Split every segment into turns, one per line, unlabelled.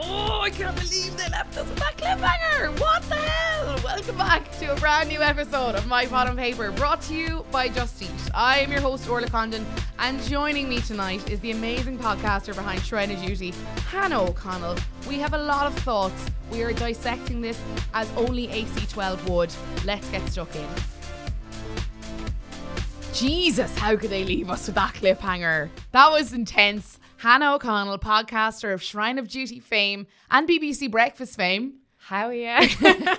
Oh, can't believe they left us with that cliffhanger. What the hell? Welcome back to a brand new episode of My Bottom Paper, brought to you by Just Eat. I am your host, Orla Condon, and joining me tonight is the amazing podcaster behind Shrine of Duty, Hannah O'Connell. We have a lot of thoughts. We are dissecting this as only AC12 would. Let's get stuck in. Jesus, how could they leave us with that cliffhanger? That was intense. Hannah O'Connell, podcaster of Shrine of Duty fame and BBC Breakfast fame.
How yeah?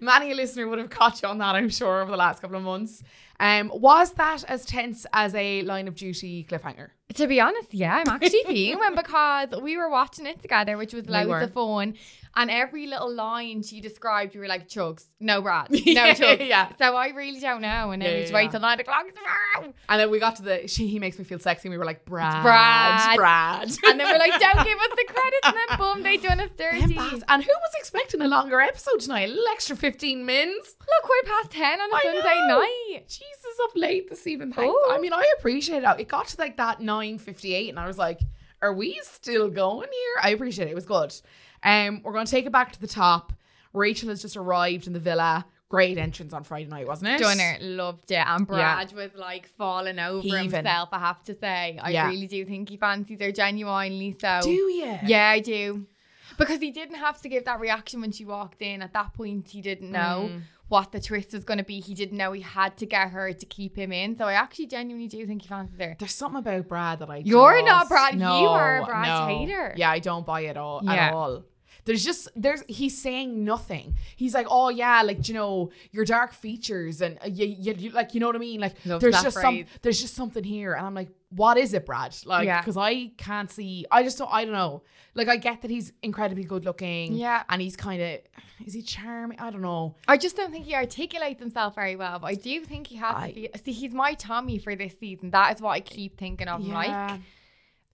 Many a listener would have caught you on that, I'm sure, over the last couple of months. Um, was that as tense as a line of duty cliffhanger?
to be honest, yeah, I'm actually fuming because we were watching it together, which was loads
were.
of fun. And every little line she described, you were like, Chugs, no Brad, no
Yeah,
Chugs.
yeah.
So I really don't know. And then
Yeah,
we
yeah,
just wait
yeah.
till nine o'clock tomorrow.
And then we got to the she he makes me feel sexy, and we were like, Brad,
Brad.
Brad.
And then we're like, don't give us the credit. And then boom, they done us
Them
dirty.
bastards. and who was expecting a longer episode tonight? A little extra 15 minutes.
Look, quarter past 10 on a
I
Sunday
know.
night.
Jesus, up late this evening. Thanks.
Ooh.
I mean, I appreciate it. It got to like that nine fifty eight, and I was like, "Are we still going here?" I appreciate it. It was good. Um, we're gonna take it back to the top. Rachel has just arrived in the villa. Great entrance on Friday night, wasn't it?
Dunner loved it, and Brad was like falling over
Heaving.
himself. I have to say, I
Yeah.
really do think he fancies her genuinely. So
Do you?
Yeah, I do. Because he didn't have to give that reaction when she walked in. At that point, he didn't know
Mm.
what the twist was going to be. He didn't know he had to get her to keep him in. So I actually genuinely do think he fancies her.
There's something about Brad that I
You're
just-
not Brad, you
No,
are a Brad
no.
hater.
Yeah, I don't buy it all
Yeah.
at all. There's just there's he's saying nothing. He's like, oh yeah, like you know your dark features and uh, you, you, you- like you know what I mean. Like
Love
there's
that
just
phrase.
some there's just something here, and I'm like, what is it, Brad? Like
Yeah.
because I can't see. I just don't. I don't know. Like I get that he's incredibly good looking.
Yeah.
and he's kind of is he charming? I don't know.
I just don't think he articulates himself very well. But I do think he has
I-
to be. See, he's my Tommy for this season. That is what I keep thinking of him like.
Yeah.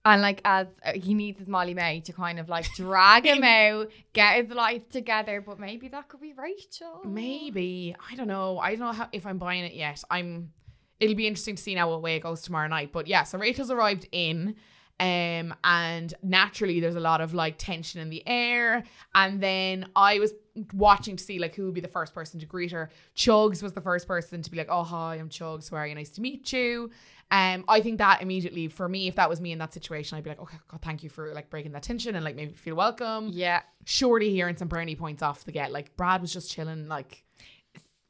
And like as uh, he needs his Molly May to kind of like drag him out, get his life together, but maybe that could be Rachel.
Maybe I don't know. I don't know how, if I'm buying it yet. I'm. It'll be interesting to see now what way it goes tomorrow night. But yeah, so Rachel's arrived in, um, and naturally there's a lot of like tension in the air. And then I was watching to see like who would be the first person to greet her. Chugs was the first person to be like, "Oh hi, I'm Chugs. Who are you? Nice to meet you." Um, I think that immediately for me, if that was me in that situation, I'd be like, "Okay, God, thank you for like breaking that tension and like maybe feel welcome."
Yeah.
surely hearing some brownie points off the get. Like Brad was just chilling, like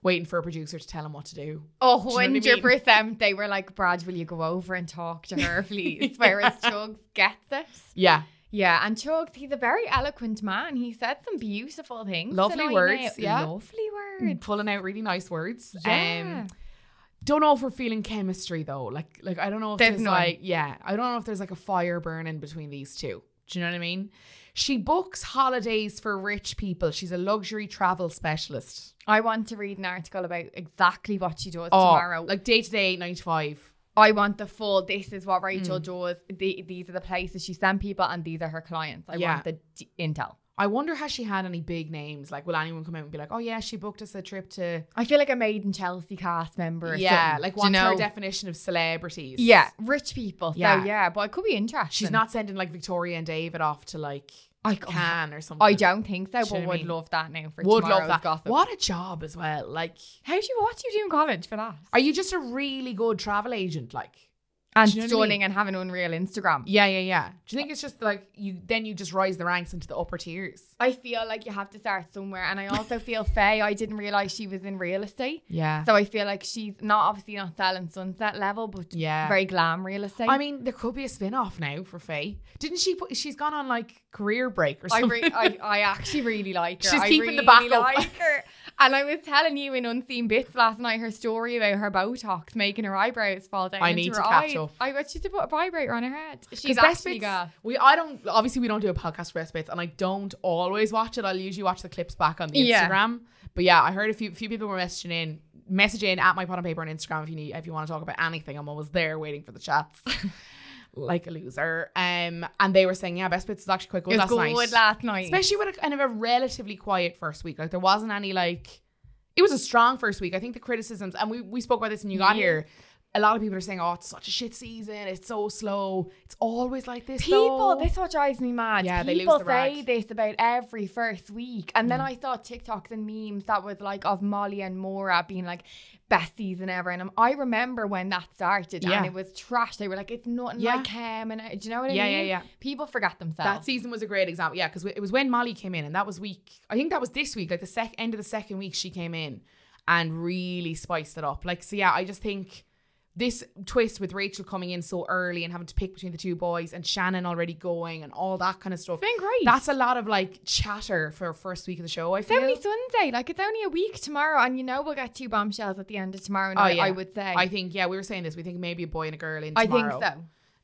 waiting for a producer to tell him what to do.
A
you know what I mean?
hundred percent. They were like, Brad, will you go over and talk to her, please? Whereas Chugs gets it.
Yeah,
Yeah, and Chugs, he's a very eloquent man. He said some beautiful things.
Lovely
tonight,
words,
now.
yeah. Mm.
Lovely words.
pulling out really nice words.
Yeah.
Um, don't know if we're feeling chemistry though. Like, like I don't know if
There's
there's,
none.
like, yeah, I don't know if there's like a fire burning between these two. Do you know what I mean? She books holidays for rich people. She's a luxury travel specialist.
I want to read an article about exactly what she does
Oh,
tomorrow.
like day to day, nine to five.
I want the full. This is what Rachel
Mm.
does. The, these are the places she sent people, and these are her clients. I
Yeah.
want the d- intel.
I wonder has she had any big names? Like, will anyone come out and be like, "Oh yeah, she booked us a trip to
I feel like a maiden Chelsea cast member. Or
yeah,
something,
like
do
what's
you
her
know?
definition of celebrities?
Yeah, rich people.
Yeah.
So yeah, but it could be interesting.
she's not sending like Victoria and David off to like
I can't.
Cannes or something.
I don't think so,
you know
but
what I
would
mean?
love that now for
would
tomorrow's
love that.
gossip.
What a job as well. Like,
How do you what do you do in college for that?
are you just a really good travel agent? Like,
And
do you know what I
stunning and having an unreal Instagram.
yeah, yeah, yeah. Do you think it's just like you then you just rise the ranks into the upper tiers?
I feel like you have to start somewhere, and I also feel Faye. I didn't realize she was in real estate,
Yeah,
so I feel like she's not obviously not selling sunset level, but
yeah.
very glam real estate.
I mean, there could be a spin off now for Faye. Didn't she? Put, she's gone on like career break or
I,
something.
re- I, I actually really like her.
She's
I
keeping the
really
back up.
Like her. And I was telling you in Unseen Bits last night her story about her Botox making her eyebrows fall down.
I
into
need
her
to catch
eyes.
up.
I want you to put a vibrator on her head. She's
Because Best
actually
Bits,
got.
we I don't obviously we don't do a podcast for Best Bits, and I don't always watch it. I'll usually watch the clips back on the
Yeah.
Instagram. But yeah, I heard a few few people were messaging in, message in at my pot on paper on Instagram if you need if you want to talk about anything. I'm always there waiting for the chats. like a loser. Um, and they were saying yeah, Best Bits is actually quite good
It was
last
good
night,
last night.
especially with a kind of a relatively quiet first week. Like there wasn't any like. It was a strong first week. I think the criticisms, and we, we spoke about this when you got
Yeah.
here. a lot of people are saying, "Oh, it's such a shit season. It's so slow. It's always like this."
People,
though."
this is what drives me mad.
Yeah, they lose
People
the
say
rag. Mm.
this about every first week. And then I saw TikToks and memes that was like of Molly and Mora being like, best season ever. And I'm- I remember when that started
Yeah.
and it was trash. They were like, it's nothing
Yeah.
like him. And I- do you know what I
Yeah,
mean?
yeah, yeah.
People forget themselves.
that season was a great example. Yeah, because it was when Molly came in, and that was week. I think that was this week, like the sec end of the second week she came in and really spiced it up. Like, so yeah, I just think this twist with Rachel coming in so early and having to pick between the two boys and Shannon already going and all that kind of stuff.
it's been great.
That's a lot of like chatter for first week of the show. I
it's
feel.
only Sunday. Like it's only a week tomorrow. And you know we'll get two bombshells at the end of tomorrow night,
Oh, yeah.
I would say.
I think yeah, we were saying this. We think maybe a boy and a girl in
I
tomorrow.
think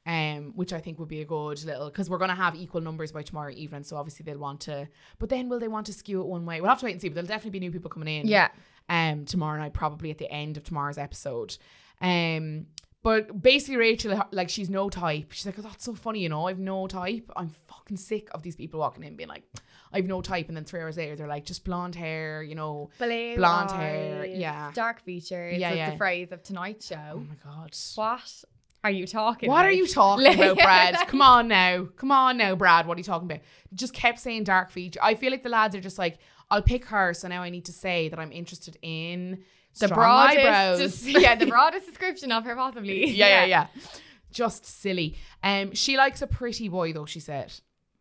so.
um, which I think would be a good little because we're gonna have equal numbers by tomorrow evening, so obviously they'll want to. But then will they want to skew it one way? We'll have to wait and see. But there'll definitely be new people coming in.
Yeah.
Um, tomorrow night probably at the end of tomorrow's episode. Um, but basically Rachel like she's no type. She's like, oh, that's so funny, you know, I've no type. I'm fucking sick of these people walking in being like, I've no type, and then three hours later they're like, just blonde hair, you know.
Blue
Blonde hair,
eyes,
yeah.
Dark features.
Yeah,
Yeah,
yeah.
the phrase of tonight's
Oh
show.
my god.
What are you talking?
What are
about?
you talking about,
Yeah,
Brad?
like-
Come on now. Come on now, Brad. What are you talking about? Just kept saying dark feature. I feel like the lads are just like, I'll pick her, so now I need to say that I'm interested in
The
strong
broadest,
eyebrows.
just- yeah, the broadest description of her possibly.
yeah, yeah, yeah. Just silly. Um, she likes a pretty boy though. She said,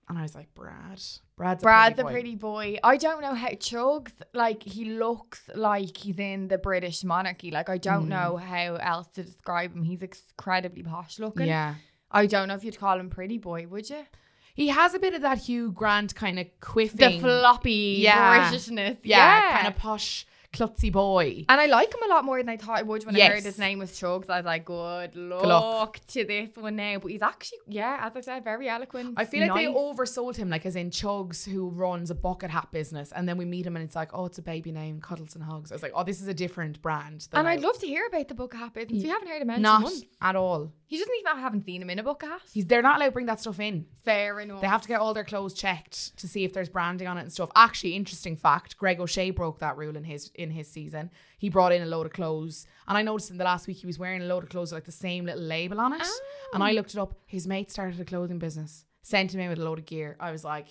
and I was like, Brad. Brad's a
Brad's a
boy.
pretty boy. I don't know how Chugs like he looks like he's in the British monarchy. Like I don't
Mm.
know how else to describe him. He's incredibly posh looking.
Yeah.
I don't know if you'd call him pretty boy, would you?
He has a bit of that Hugh Grant kind of
The
quiffing.
floppy
Yeah.
Britishness.
yeah, kind of posh, klutzy boy.
And I like him a lot more than I thought I would when I
Yes.
heard his name was Chugs. I was like, good luck,
luck.
to this one now. But he's actually, yeah, as I said, very eloquent.
I feel like they
nice.
oversold him, like as in Chugs, who runs a bucket hat business, and then we meet him, and it's like, oh, it's a baby name, Cuddles and Hugs. I was like, oh, this is a different brand. than
And
I-
I'd love to hear about the book hat business. We haven't heard him mention
not
once.
at all.
He doesn't even I haven't seen him in a book hat.
He's they're not allowed to bring that stuff in.
Fair enough.
They have to get all their clothes checked to see if there's branding on it and stuff. Actually, interesting fact: Greg O'Shea broke that rule in his in his season. He brought in a load of clothes, and I noticed in the last week he was wearing a load of clothes with like the same little label on it. And
Oh.
I looked it up. His mate started a clothing business, sent him in with a load of gear. I was like,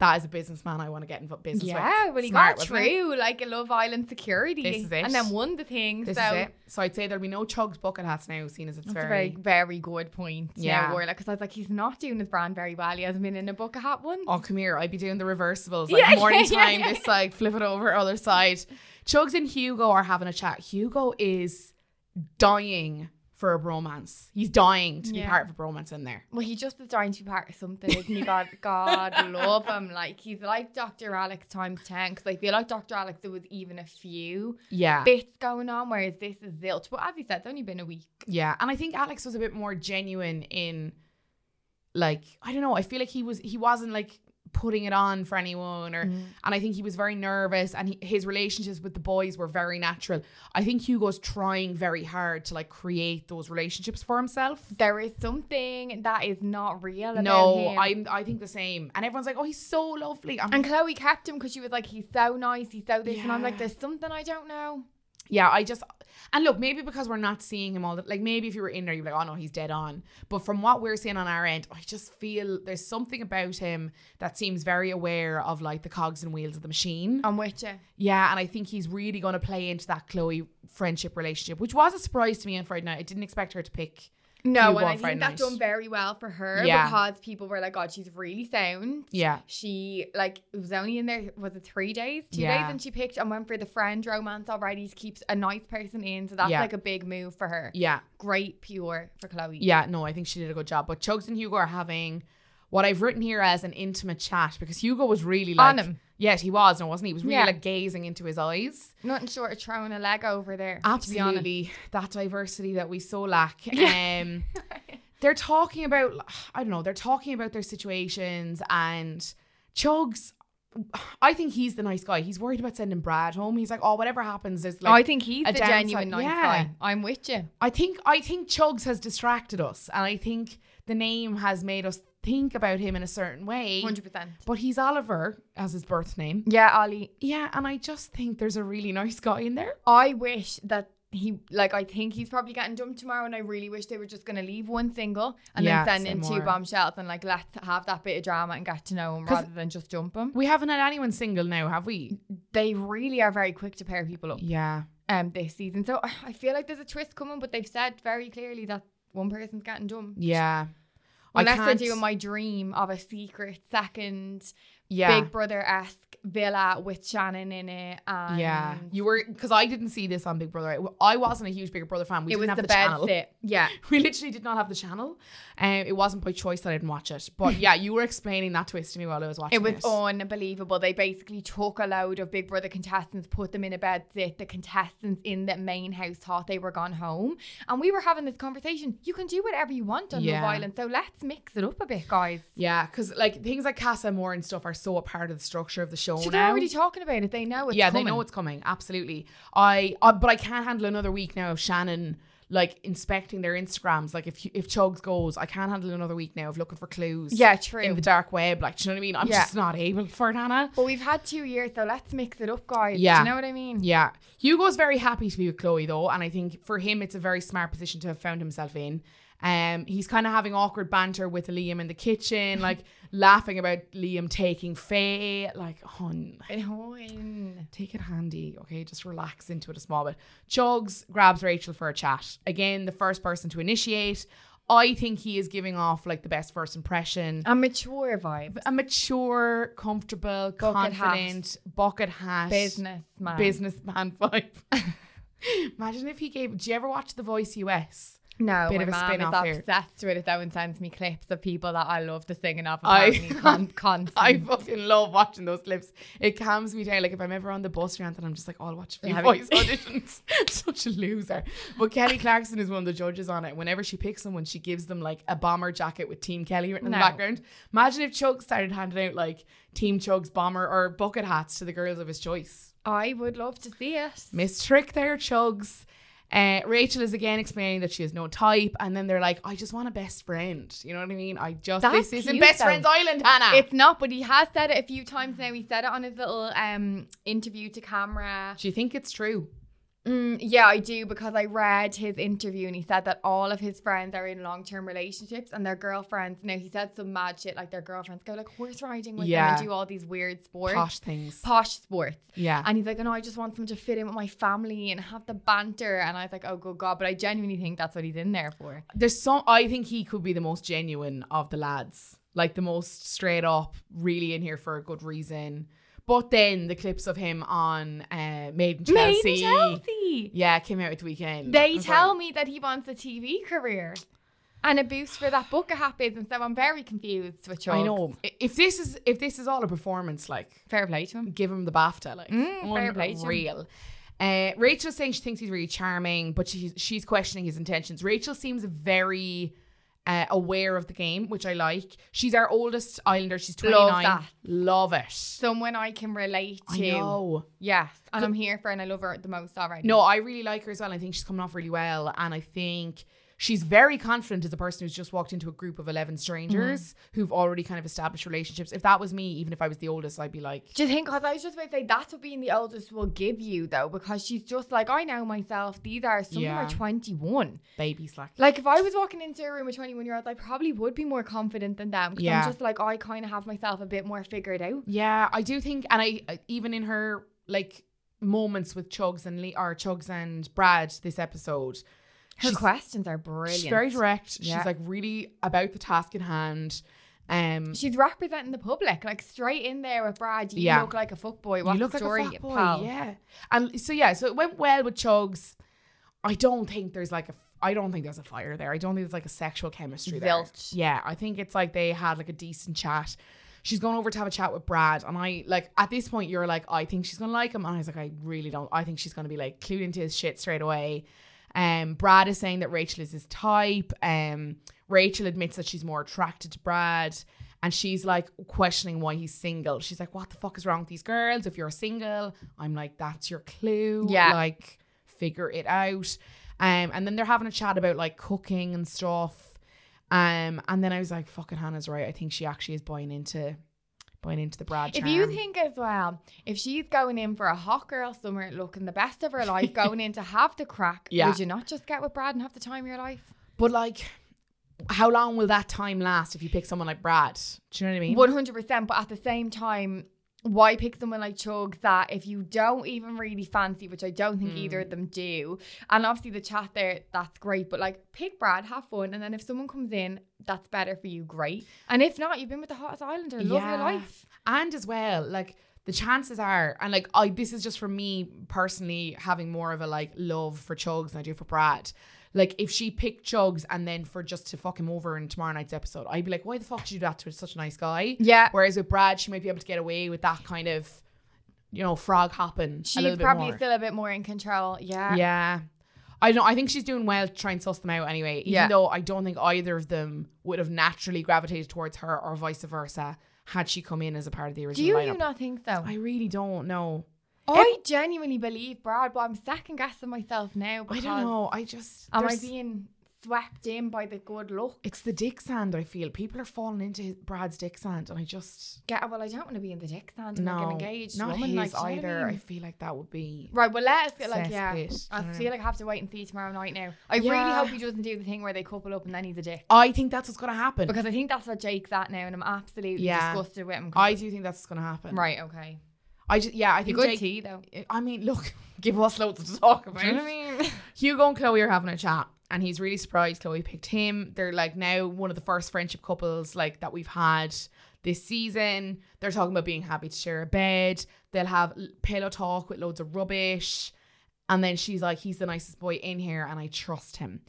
that is a businessman I want to get in business with.
yeah, well, he
Smart,
got
wasn't it?
through like a Love Island security
This is it.
and then won the thing.
This
so
is it. So I'd say there'll be no Chugs bucket hats now, seeing as it's
That's a
very.
very, very good point.
Yeah.
Yeah, Warlock. Because I was like, he's not doing his brand very well. He hasn't been in a book hat once.
Oh, come here. I'd be doing the reversibles. Like
Yeah, yeah,
morning
yeah,
time,
yeah.
this side, flip it over, other side. Chugs and Hugo are having a chat. Hugo is dying for a bromance. He's dying to be
Yeah.
part of a bromance in there.
Well, he just is dying to be part of something, isn't he? God, God love him. Like, he's like Dr. Alex times 10. Because I feel like Dr. Alex, there was even a few
Yeah.
bits going on, whereas this is zilch. But as you said, it's only been a week.
Yeah. And I think Alex was a bit more genuine in like, I don't know, I feel like he was he wasn't like putting it on for anyone
Mm.
or and I think he was very nervous and he, his relationships with the boys were very natural. I think Hugo's trying very hard to like create those relationships for himself.
There is something that is not real about
No,
him.
I I think the same. And everyone's like, oh, he's so lovely. I'm,
And Chloe kept him because she was like, he's so nice, he's so this. And I'm
Yeah.
like, there's something I don't know.
yeah, I just and look, maybe because we're not seeing him all the like maybe if you were in there, you'd be like, oh no, he's dead on. But from what we're seeing on our end, I just feel there's something about him that seems very aware of like the cogs and wheels of the machine.
I'm with you.
Yeah, and I think he's really going to play into that Chloe friendship relationship, which was a surprise to me on Friday night. I didn't expect her to pick.
No,
Cue
and I
on
think
Friday
that
night.
done very well for her
Yeah.
because people were like, God, she's really sound.
Yeah,
She like it was only in there was it three days, two
Yeah.
days, and she picked and went for the friend romance already. She keeps a nice person in, so that's
Yeah.
like a big move for her.
yeah.
Great pure for Chloe.
Yeah, no, I think she did a good job. But Chugs and Hugo are having what I've written here as an intimate chat because Hugo was really like
On him.
Yes, he was, no, wasn't he? He was really
Yeah.
like gazing into his eyes.
Nothing short of throwing a leg over there. To be honest.
Absolutely. That diversity that we so lack. Um they're talking about I don't know, they're talking about their situations and Chugs I think he's the nice guy. He's worried about sending Brad home. He's like, oh, whatever happens, there's like
I think he's
a
the
downside-
genuine nice
Yeah.
guy. I'm with you.
I think I think Chugs has distracted us, and I think the name has made us think about him in a certain way.
Hundred percent.
But he's Oliver as his birth name.
Yeah, Ollie.
Yeah, and I just think there's a really nice guy in there.
I wish that he like I think he's probably getting dumped tomorrow, and I really wish they were just gonna leave one single and
Yeah,
then send
say
in two
more.
bombshells and like let's have that bit of drama and get to know him
'Cause-
rather than just dump him.
We haven't had anyone single now, have we?
They really are very quick to pair people up
Yeah.
um this season, so I feel like there's a twist coming, but they've said very clearly that one person's getting dumped.
Yeah. I
Unless they're
can't-
doing my dream of a secret second
yeah.
Big Brother esque villa with Shannon in it. And
yeah. You were because I didn't see this on Big Brother. I wasn't a huge Big Brother fan. We
it
didn't
was
have
the,
the,
bed
channel.
sit. Yeah.
We literally did not have the channel. Um, it wasn't by choice that I didn't watch it. But yeah, you were explaining that twist to me while I was watching.
It was
this.
unbelievable. They basically took a load of Big Brother contestants, put them in a bed sit. The contestants in the main house thought they were gone home. And we were having this conversation. You can do whatever you want on
Yeah.
Love Island. So let's mix it up a bit, guys.
Yeah, because like things like Casa Moore and stuff are so a part of the structure of the show
So they're
now.
already talking about it. They know it's
yeah,
coming.
they know it's coming. Absolutely. I uh, but I can't handle another week now of Shannon like inspecting their Instagrams. Like if you, if Chugs goes, I can't handle another week now of looking for clues.
Yeah, true.
in the dark web. Like, do you know what I mean? I'm
Yeah.
just not able for it, Hannah.
but we've had two years, so let's mix it up, guys. Do
Yeah.
you know what I mean?
Yeah, Hugo's very happy to be with Chloe though, and I think for him it's a very smart position to have found himself in. Um, he's kind of having awkward banter with Liam in the kitchen, like laughing about Liam taking Faye. Like, hon,
Yeah.
take it handy, okay? Just relax into it a small bit. Chugs grabs Rachel for a chat. Again, the first person to initiate. I think he is giving off like the best first impression.
A mature vibe.
A mature, comfortable,
Bucket hat.
confident, bucket hat,
Businessman.
businessman vibe. Imagine if he gave. Do you ever watch The Voice US?
No,
Bit
my
of a
mum is
spin-off here.
obsessed with it though and sends me clips of people that I love the singing of.
I-
apparently con- constant.
I fucking love watching those clips. It calms me down. Like if I'm ever on the bus or anything, I'm just like, oh, I'll watch a few
Have
voice
it.
auditions. Such a loser. But Kelly Clarkson is one of the judges on it. Whenever she picks someone, she gives them like a bomber jacket with Team Kelly written in the
No.
background. Imagine if Chug started handing out like Team Chug's bomber or bucket hats to the girls of his choice.
I would love to see it.
Miss Trick there, Chugs. Uh, Rachel is again explaining that she has no type, and then they're like, "I just want a best friend." You know what I mean? I just
That's
this isn't
cute,
best
though.
friends island, Hannah.
It's not, but he has said it a few times now. He said it on his little um interview to camera.
Do you think it's true?
Mm, yeah, I do because I read his interview and he said that all of his friends are in long term relationships and their girlfriends. Now he said some mad shit like their girlfriends go like horse riding with them
Yeah.
and do all these weird sports,
Posh things.
posh sports.
yeah.
And he's like, oh, no, I just want someone to fit in with my family and have the banter. And I was like, oh, good God. But I genuinely think that's what he's in there for.
There's some. I think he could be the most genuine of the lads, like the most straight up, really in here for a good reason. But then the clips of him on uh, Made in Chelsea,
Made in Chelsea.
yeah, came out at the weekend. I
They
was
tell
like,
me that he wants a TV career and a boost for that book of hat business. So I'm very confused with Chugs.
I know. I- If this is if this is all a performance, like
Fair play to him.
give him the BAFTA. Like,
Mm, fair play to him.
unreal. Uh, Rachel's saying she thinks he's really charming, but she's she's questioning his intentions. Rachel seems very uh, aware of the game, which I like. She's our oldest Islander. She's twenty
Love
nine.
that.
Love it.
Someone I can relate
I
to.
know.
Yes. And I'm here for and I love her the most already.
No, I really like her as well. I think she's coming off really well, and I think she's very confident as a person who's just walked into a group of eleven strangers
Mm-hmm.
who've already kind of established relationships. If that was me, even if I was the oldest, I'd be like,
Do you think? Because I was just about to say that's what being the oldest will give you, though, because she's just like I know myself. These are some
Yeah.
of them are twenty one.
baby slack.
Like if I was walking into a room with 21 year olds, I probably would be more confident than them. Because
Yeah.
I'm just like, I kind of have myself a bit more figured out.
Yeah, I do think, and I I- even in her like moments with Chugs and Lee or Chugs and Brad this episode,
Her
she's,
questions are brilliant.
she's very direct.
Yeah.
She's like really about the task at hand. Um,
She's representing the public, like straight in there with Brad. You
Yeah.
look like a fuckboy. What's
you look
the story,
like a fuckboy,
pal?
yeah. And so yeah, so it went well with Chugs. I don't think there's like a. I don't think there's a fire there. I don't think there's like a sexual chemistry there.
Zilch.
Yeah, I think it's like they had like a decent chat. She's gone over to have a chat with Brad, and I like at this point you're like, I think she's gonna like him, and I was like, I really don't. I think she's gonna be like clued into his shit straight away. Um, Brad is saying that Rachel is his type. Um, Rachel admits that she's more attracted to Brad, and she's like questioning why he's single. She's like, What the fuck is wrong with these girls? If you're single, I'm like, that's your clue.
Yeah.
like figure it out. Um, and then they're having a chat about like cooking and stuff. Um, and then I was like, fucking Hannah's right. I think she actually is buying into buying into the Brad
If
charm.
you think as well, if she's going in for a hot girl summer, looking the best of her life, going in to have the crack,
Yeah.
would you not just get with Brad and have the time of your life?
but like, how long will that time last if you pick someone like Brad? Do you know what I mean?
One hundred percent. But at the same time, why pick someone like Chug that if you don't even really fancy, which I don't think either
Mm.
of them do, and obviously the chat there, that's great. But like, pick Brad, have fun, and then if someone comes in, that's better for you, great. And if not, you've been with the hottest islander, love your
Yeah.
life.
and as well like the chances are and like i this is just for me personally having more of a like love for chugs than i do for brad like if she picked chugs and then for just to fuck him over in tomorrow night's episode i'd be like why the fuck did you do that to such a nice guy
Yeah.
whereas with brad she might be able to get away with that kind of you know frog hopping a
She's
little bit
probably
more.
still a bit more in control. Yeah.
yeah I don't. I think she's doing well to try and suss them out anyway. Even
Yeah.
though I don't think either of them would have naturally gravitated towards her, or vice versa, had she come in as a part of the
Do
original
you,
lineup.
you not think so?
I
I,
really don't know.
genuinely believe Brad, but I'm second guessing myself now.
I
Because
don't know. I just
Am I
there's-
being swept in by the good luck?
It's the dick sand. I feel people are falling into his, Brad's dick sand, and I just
Yeah, well, I don't want to be in the dick stand and like
no,
an engaged
not
woman
his
like do you know what I
either. I,
mean?
feel like that would be
Right, well, let us get like
Cesspit,
yeah.
do you
I
know.
feel like I have to wait and see tomorrow night now. I really
Yeah.
hope he doesn't do the thing where they couple up and then he's a dick
I think that's what's gonna happen.
because I think that's what Jake's at now, and I'm absolutely
Yeah.
disgusted with him. 'cause-
I do think that's what's gonna happen.
right, okay,
I just yeah. I
you
think
good
Jake.
tea though. Do
I mean, look, give us loads to talk about.
you know what I mean?
Hugo and Chloe are having a chat, and he's really surprised Chloe picked him. They're like now one of the first friendship couples like that we've had this season. They're talking about being happy to share a bed. They'll have l- pillow talk with loads of rubbish, and then she's like, "He's the nicest boy in here, and I trust him."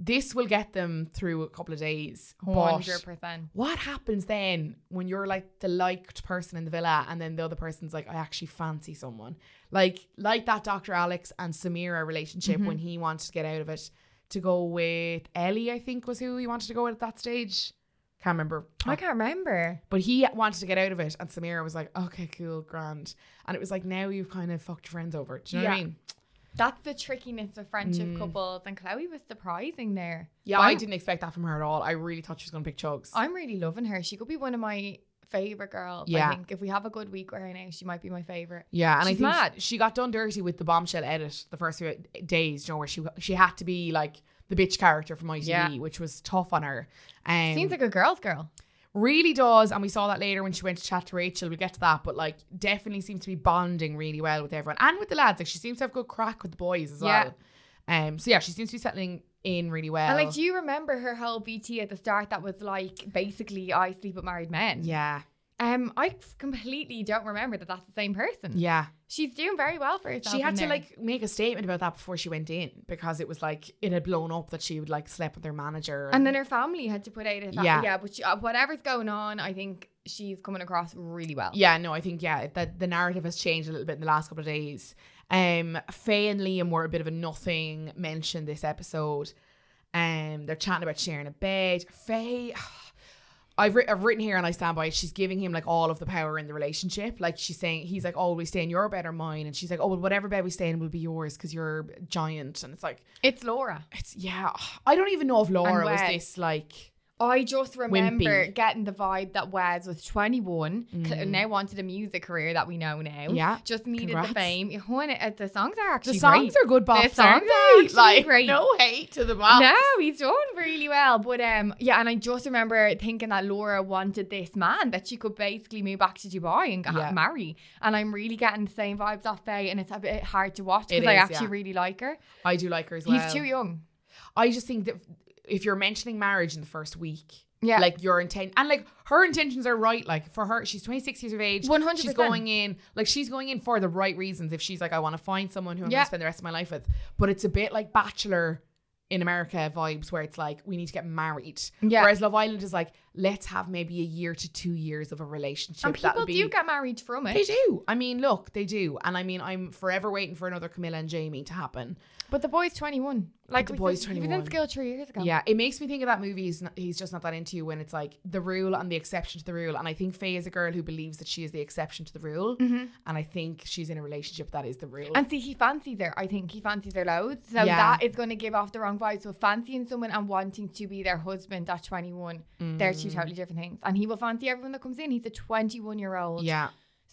This will get them through a couple of days. but
Hundred percent.
what happens then when you're like the liked person in the villa and then the other person's like, I actually fancy someone? Like like that Dr. Alex and Samira relationship
Mm-hmm.
when he wanted to get out of it to go with Ellie, I think was who he wanted to go with at that stage. Can't remember.
I can't remember.
But he wanted to get out of it and Samira was like, Okay, cool, grand. And it was like now you've kind of fucked your friends over. Do you know what I
Yeah.
mean?
That's the trickiness of friendship
Mm.
couples, and Chloe was surprising there.
Yeah,
But
I
I'm-
didn't expect that from her at all. I really thought she was gonna pick Chugs.
I'm really loving her. She could be one of my favorite girls.
Yeah.
I think if we have a good week with her now, she might be my favorite.
Yeah, and
She's
I think
mad.
sh- she got done dirty with the bombshell edit the first few days, you know, where she she had to be like the bitch character from ITV,
Yeah.
which was tough on her. Um,
Seems like a girl's girl.
really does, and we saw that later when she went to chat to Rachel. We get to that, but like definitely seems to be bonding really well with everyone and with the lads. Like she seems to have good crack with the boys as
Yeah.
well. Um, so yeah, she seems to be settling in really well.
And like, do you remember her whole BT at the start that was like basically I sleep with married men?
yeah,
Um, I completely don't remember that that's the same person.
yeah.
She's doing very well for herself.
She had
in
to
there.
like make a statement about that before she went in because it was like it had blown up that she would like slept with their manager.
and then her family had to put out a fa-
Yeah.
yeah. but she, uh, whatever's going on, I think she's coming across really well.
Yeah, no, I think yeah, that the narrative has changed a little bit in the last couple of days. Um, Faye and Liam were a bit of a nothing mention this episode. Um, they're chatting about sharing a bed. Faye, I've writ I've written here and I stand by it. She's giving him like all of the power in the relationship. Like she's saying, he's like, "Oh, we stay in your bed or mine," and she's like, "Oh, well, whatever bed we stay in will be yours because you're giant." And it's like,
It's Laura.
it's yeah, I don't even know if Laura was
Wes.
this like,
I just remember
Wimpy. Mm.
getting the vibe that Wes was 21, cl- now wanted a music career that we know now.
Yeah.
Just needed
Congrats.
the fame. You know, and it- the songs are
the
actually
songs
great.
are good, Bob.
The songs are actually
like
great.
no hate to the Bob.
No, he's done really well. But um, yeah, and I just remember thinking that Laura wanted this man that she could basically move back to Dubai and get
Yeah.
marry. And I'm really getting the same vibes off Faye, and it's a bit hard to watch
It
because I
is,
actually
yeah.
really like her.
I do like her as well.
He's too young.
I just think that if you're mentioning marriage in the first week,
Yeah.
like your intent and like her intentions are right. Like for her, she's 26 years of age.
100%.
She's going in like she's going in for the right reasons. If she's like, I want to find someone who I'm
Yeah.
gonna spend the rest of my life with, but it's a bit like Bachelor in America vibes where it's like we need to get married.
Yeah.
Whereas Love Island is like, let's have maybe a year to two years of a relationship.
and
That'll
people
be-
do get married from
They
it.
do. I mean, look, they do. And I mean, I'm forever waiting for another Camilla and Jamie to happen.
But the boy's 21. Like
the
we
boy's
said, He was
21.
in school three years ago.
Yeah, it makes me think of that movie. He's, not, he's just not that into you when it's like the rule and the exception to the rule. And I think Faye is a girl who believes that she is the exception to the rule, and I think she's in a relationship that is the rule.
And see, he fancies her. I think he fancies her loads. So
Yeah.
that is going to give off the wrong strong vibes with fancying someone and wanting to be their husband at 21. They're two totally different things. And he will fancy everyone that comes in. He's a 21 year old,
Yeah.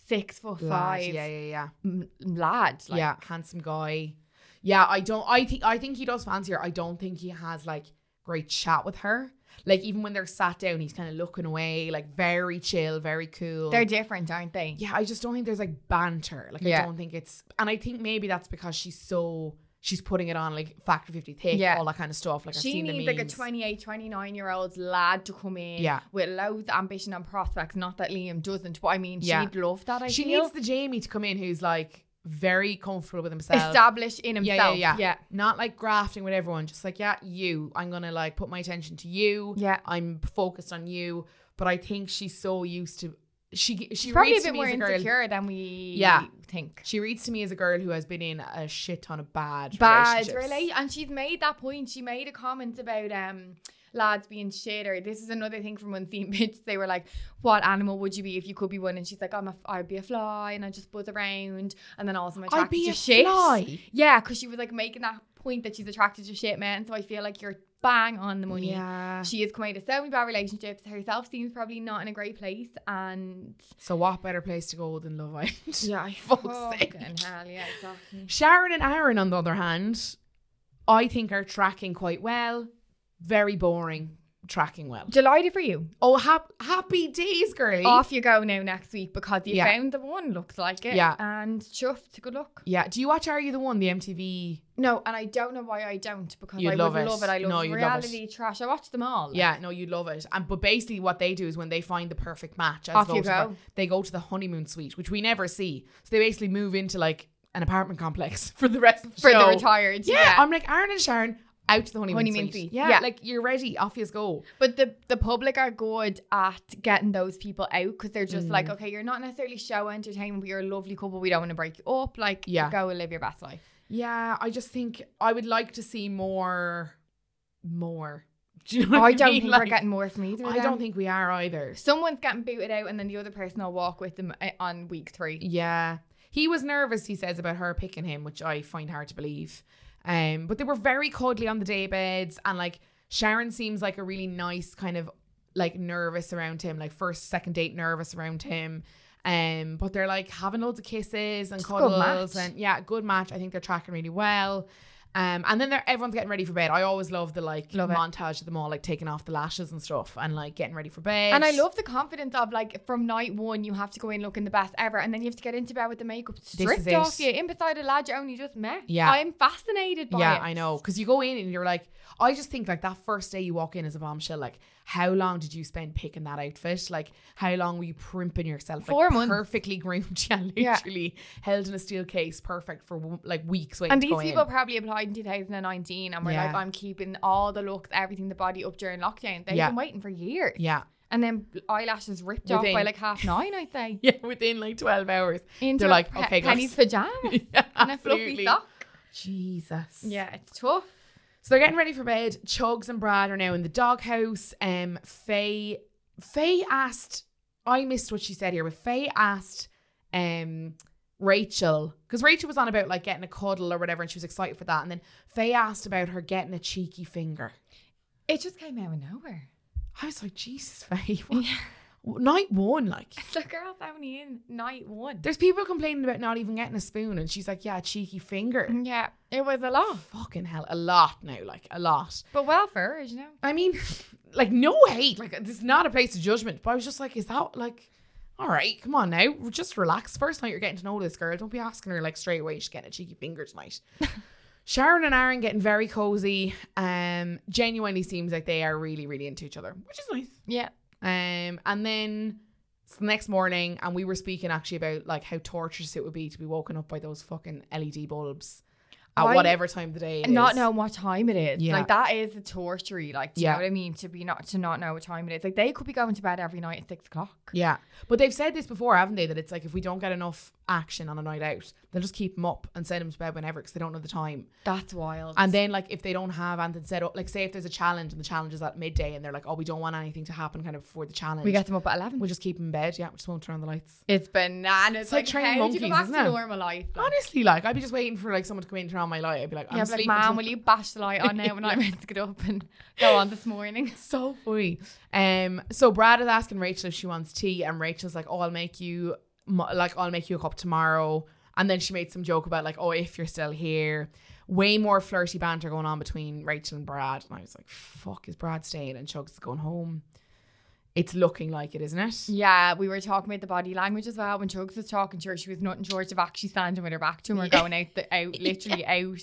six foot
Lad.
five
Yeah, yeah, yeah.
m- lad. Like,
yeah, handsome guy. Yeah, I don't. I think I think he does fancy her. I don't think he has like great chat with her. Like even when they're sat down, he's kind of looking away, like very chill, very cool.
They're different, aren't they?
yeah, I just don't think there's like banter. Like I
Yeah.
don't think it's, and I think maybe that's because she's so she's putting it on like Factor Fifty thick,
Yeah.
all that kind of stuff. Like I've
She
seen
needs
the
like a
memes.
28, 29 year old lad to come in
Yeah.
with loads of ambition and prospects. Not that Liam doesn't, but I mean,
Yeah.
she'd love that. I
She
feel.
needs the Jamie to come in, who's like very comfortable with himself.
established in
Yeah,
himself.
yeah, yeah, Not like grafting with everyone. Just like, yeah, you. I'm gonna like put my attention to you.
Yeah.
I'm focused on you. But I think she's so used to she she
She's probably a
reads to
bit
me
more
as a girl.
insecure than we
Yeah.
think.
She reads to me as a girl who has been in a shit ton of bad
Bad
relationships.
relate, and she's made that point. She made a comment about um lads being shit, or this is another thing from Unseen Bitch. They were like, "What animal would you be if you could be one?" And she's like, "I'm a, I'd be a fly, and I just buzz around, and then also I'm attracted
I'd be
to
a
shit."
fly.
Yeah, because she was like making that point that she's attracted to shit men. So I feel like you're bang on the money.
Yeah.
She has come out of so many bad relationships. Herself seems probably not in a great place, and
So what better place to go than Love Island?
Yeah, I
fuck's sake.
fucking hell, yeah, exactly.
Sharon and Aaron, on the other hand, I think are tracking quite well. Very boring. Tracking well.
Delighted for you.
Oh, hap- happy days, girlie.
Off you go now next week because you
Yeah.
found the one. Looks like it.
Yeah.
And chuffed. Good luck.
Yeah. Do you watch Are You the One, the MTV?
No, and I don't know why I don't because
You'd
I
love
would
it.
love it. I love
No, you'd love it.
reality trash. I watch them all.
Yeah, no, you love it. And but basically, what they do is when they find the perfect match, as
Off you
opposed to-
go.
they go to the honeymoon suite, which we never see. So they basically move into like an apartment complex for the rest of the
For
show.
the retired.
Yeah. I'm like Aaron and Sharon out to the honeymoon, suite.
Honeymoon suite,
Yeah,
yeah.
like you're ready, off you go.
But the, the public are good at getting those people out because they're just
Mm.
like, okay, you're not necessarily show entertainment, but you're a lovely couple. We don't want to break you up. Like,
Yeah.
go and live your best life.
Yeah, I just think I would like to see more, more. Do you know what I,
I don't
mean?
think we're
Like,
getting more from either. of
I
them.
don't think we are either.
Someone's getting booted out, and then the other person will walk with them uh, on week three.
Yeah. He was nervous, he says, about her picking him, which I find hard to believe. Um, but they were very cuddly on the day beds and like Sharon seems like a really nice kind of like nervous around him, like first, second date nervous around him. Um, but they're like having loads of kisses and
Just a good
cuddles
match.
and yeah, good match. I think they're tracking really well. Um, and then they're, everyone's getting ready for bed. I always love the like
Love it.
montage of them all like taking off the lashes and stuff and like getting ready for bed.
And I love the confidence of like from night one, you have to go in looking the best ever, and then you have to get into bed with the makeup stripped
is
off
it.
you, in beside a lad you only just met.
Yeah.
I'm fascinated by
Yeah,
it.
I know. Because you go in and you're like, I just think like that first day you walk in as a bombshell, like how long did you spend picking that outfit? Like how long were you primping yourself? Like,
Four months.
Perfectly groomed. Yeah,
Yeah.
literally held in a steel case, perfect for w- like weeks waiting
And
to
these
go
people
in.
probably applied in 2019 and were
Yeah.
like, I'm keeping all the looks, everything, the body up during lockdown. They've
Yeah.
been waiting for years.
Yeah.
And then eyelashes ripped off by
Within-
like half nine, I'd say.
Yeah, within like 12 hours.
Into
They're like,
a pe-
okay, guys.
Penny's pajamas
Yeah,
and a fluffy
absolutely.
sock.
Jesus.
Yeah, it's tough.
So they're getting ready for bed. Chugs and Brad are now in the doghouse. Um, Faye, Faye asked, I missed what she said here, but Faye asked, um, Rachel, because Rachel was on about like getting a cuddle or whatever, and she was excited for that. And then Faye asked about her getting a cheeky finger.
It just came out of nowhere.
I was like, Jesus, Faye, what- night one, like.
The girl's only in night one.
There's people complaining about not even getting a spoon, and she's like, "Yeah, a cheeky finger."
Yeah, Mm-hmm. it was a lot.
Fucking hell, a lot now, like a lot.
But well for her, you know.
I mean, like no hate. Like this is not a place of judgment. But I was just like, is that like, all right? Come on now, just relax. First night you're getting to know this girl. Don't be asking her like straight away. She's getting a cheeky finger tonight. Sharon and Aaron getting very cozy. Um, genuinely seems like they are really, really into each other, which is nice.
Yeah.
Um, and then it's the next morning, and we were speaking actually about like how torturous it would be to be woken up by those fucking LED bulbs at
I-
whatever time of the day. it
And not
is.
knowing what time it is.
Yeah.
Like that is a torture. Like, do you
Yeah.
know what I mean? To be not to not know what time it is. Like they could be going to bed every night at six o'clock.
Yeah. But they've said this before, haven't they? That it's like if we don't get enough action on a night out. They'll just keep him up and send him to bed whenever because they don't know the time.
That's wild.
And then like if they don't have anything set up, like say if there's a challenge and the challenge is at midday and they're like, oh, we don't want anything to happen kind of before the challenge.
we get them up at 11.
We'll just keep him in bed. Yeah, we just won't turn on the lights.
It's bananas. It's
like
like,
training
how
monkeys,
do you go back
isn't
to
it?
normal life? Like,
Honestly, like I'd be just waiting for like someone to come in and turn on my light. I'd be like, I'm
yeah, but like,
sleeping.
man,
till-"
will you bash the light on now when I'm meant to get up and go on this morning?
so funny. Um, so Brad is asking Rachel if she wants tea, and Rachel's like, "Oh, I'll make you, mo- like, I'll make you a cup tomorrow." And then she made some joke about like, "Oh, if you're still here." Way more flirty banter going on between Rachel and Brad, and I was like, "Fuck, is Brad staying and Chugs is going home?" It's looking like it, isn't it?
Yeah, we were talking about the body language as well. When Chugs was talking to her, she was nothing short of actually standing with her back to him or going out, the, out literally out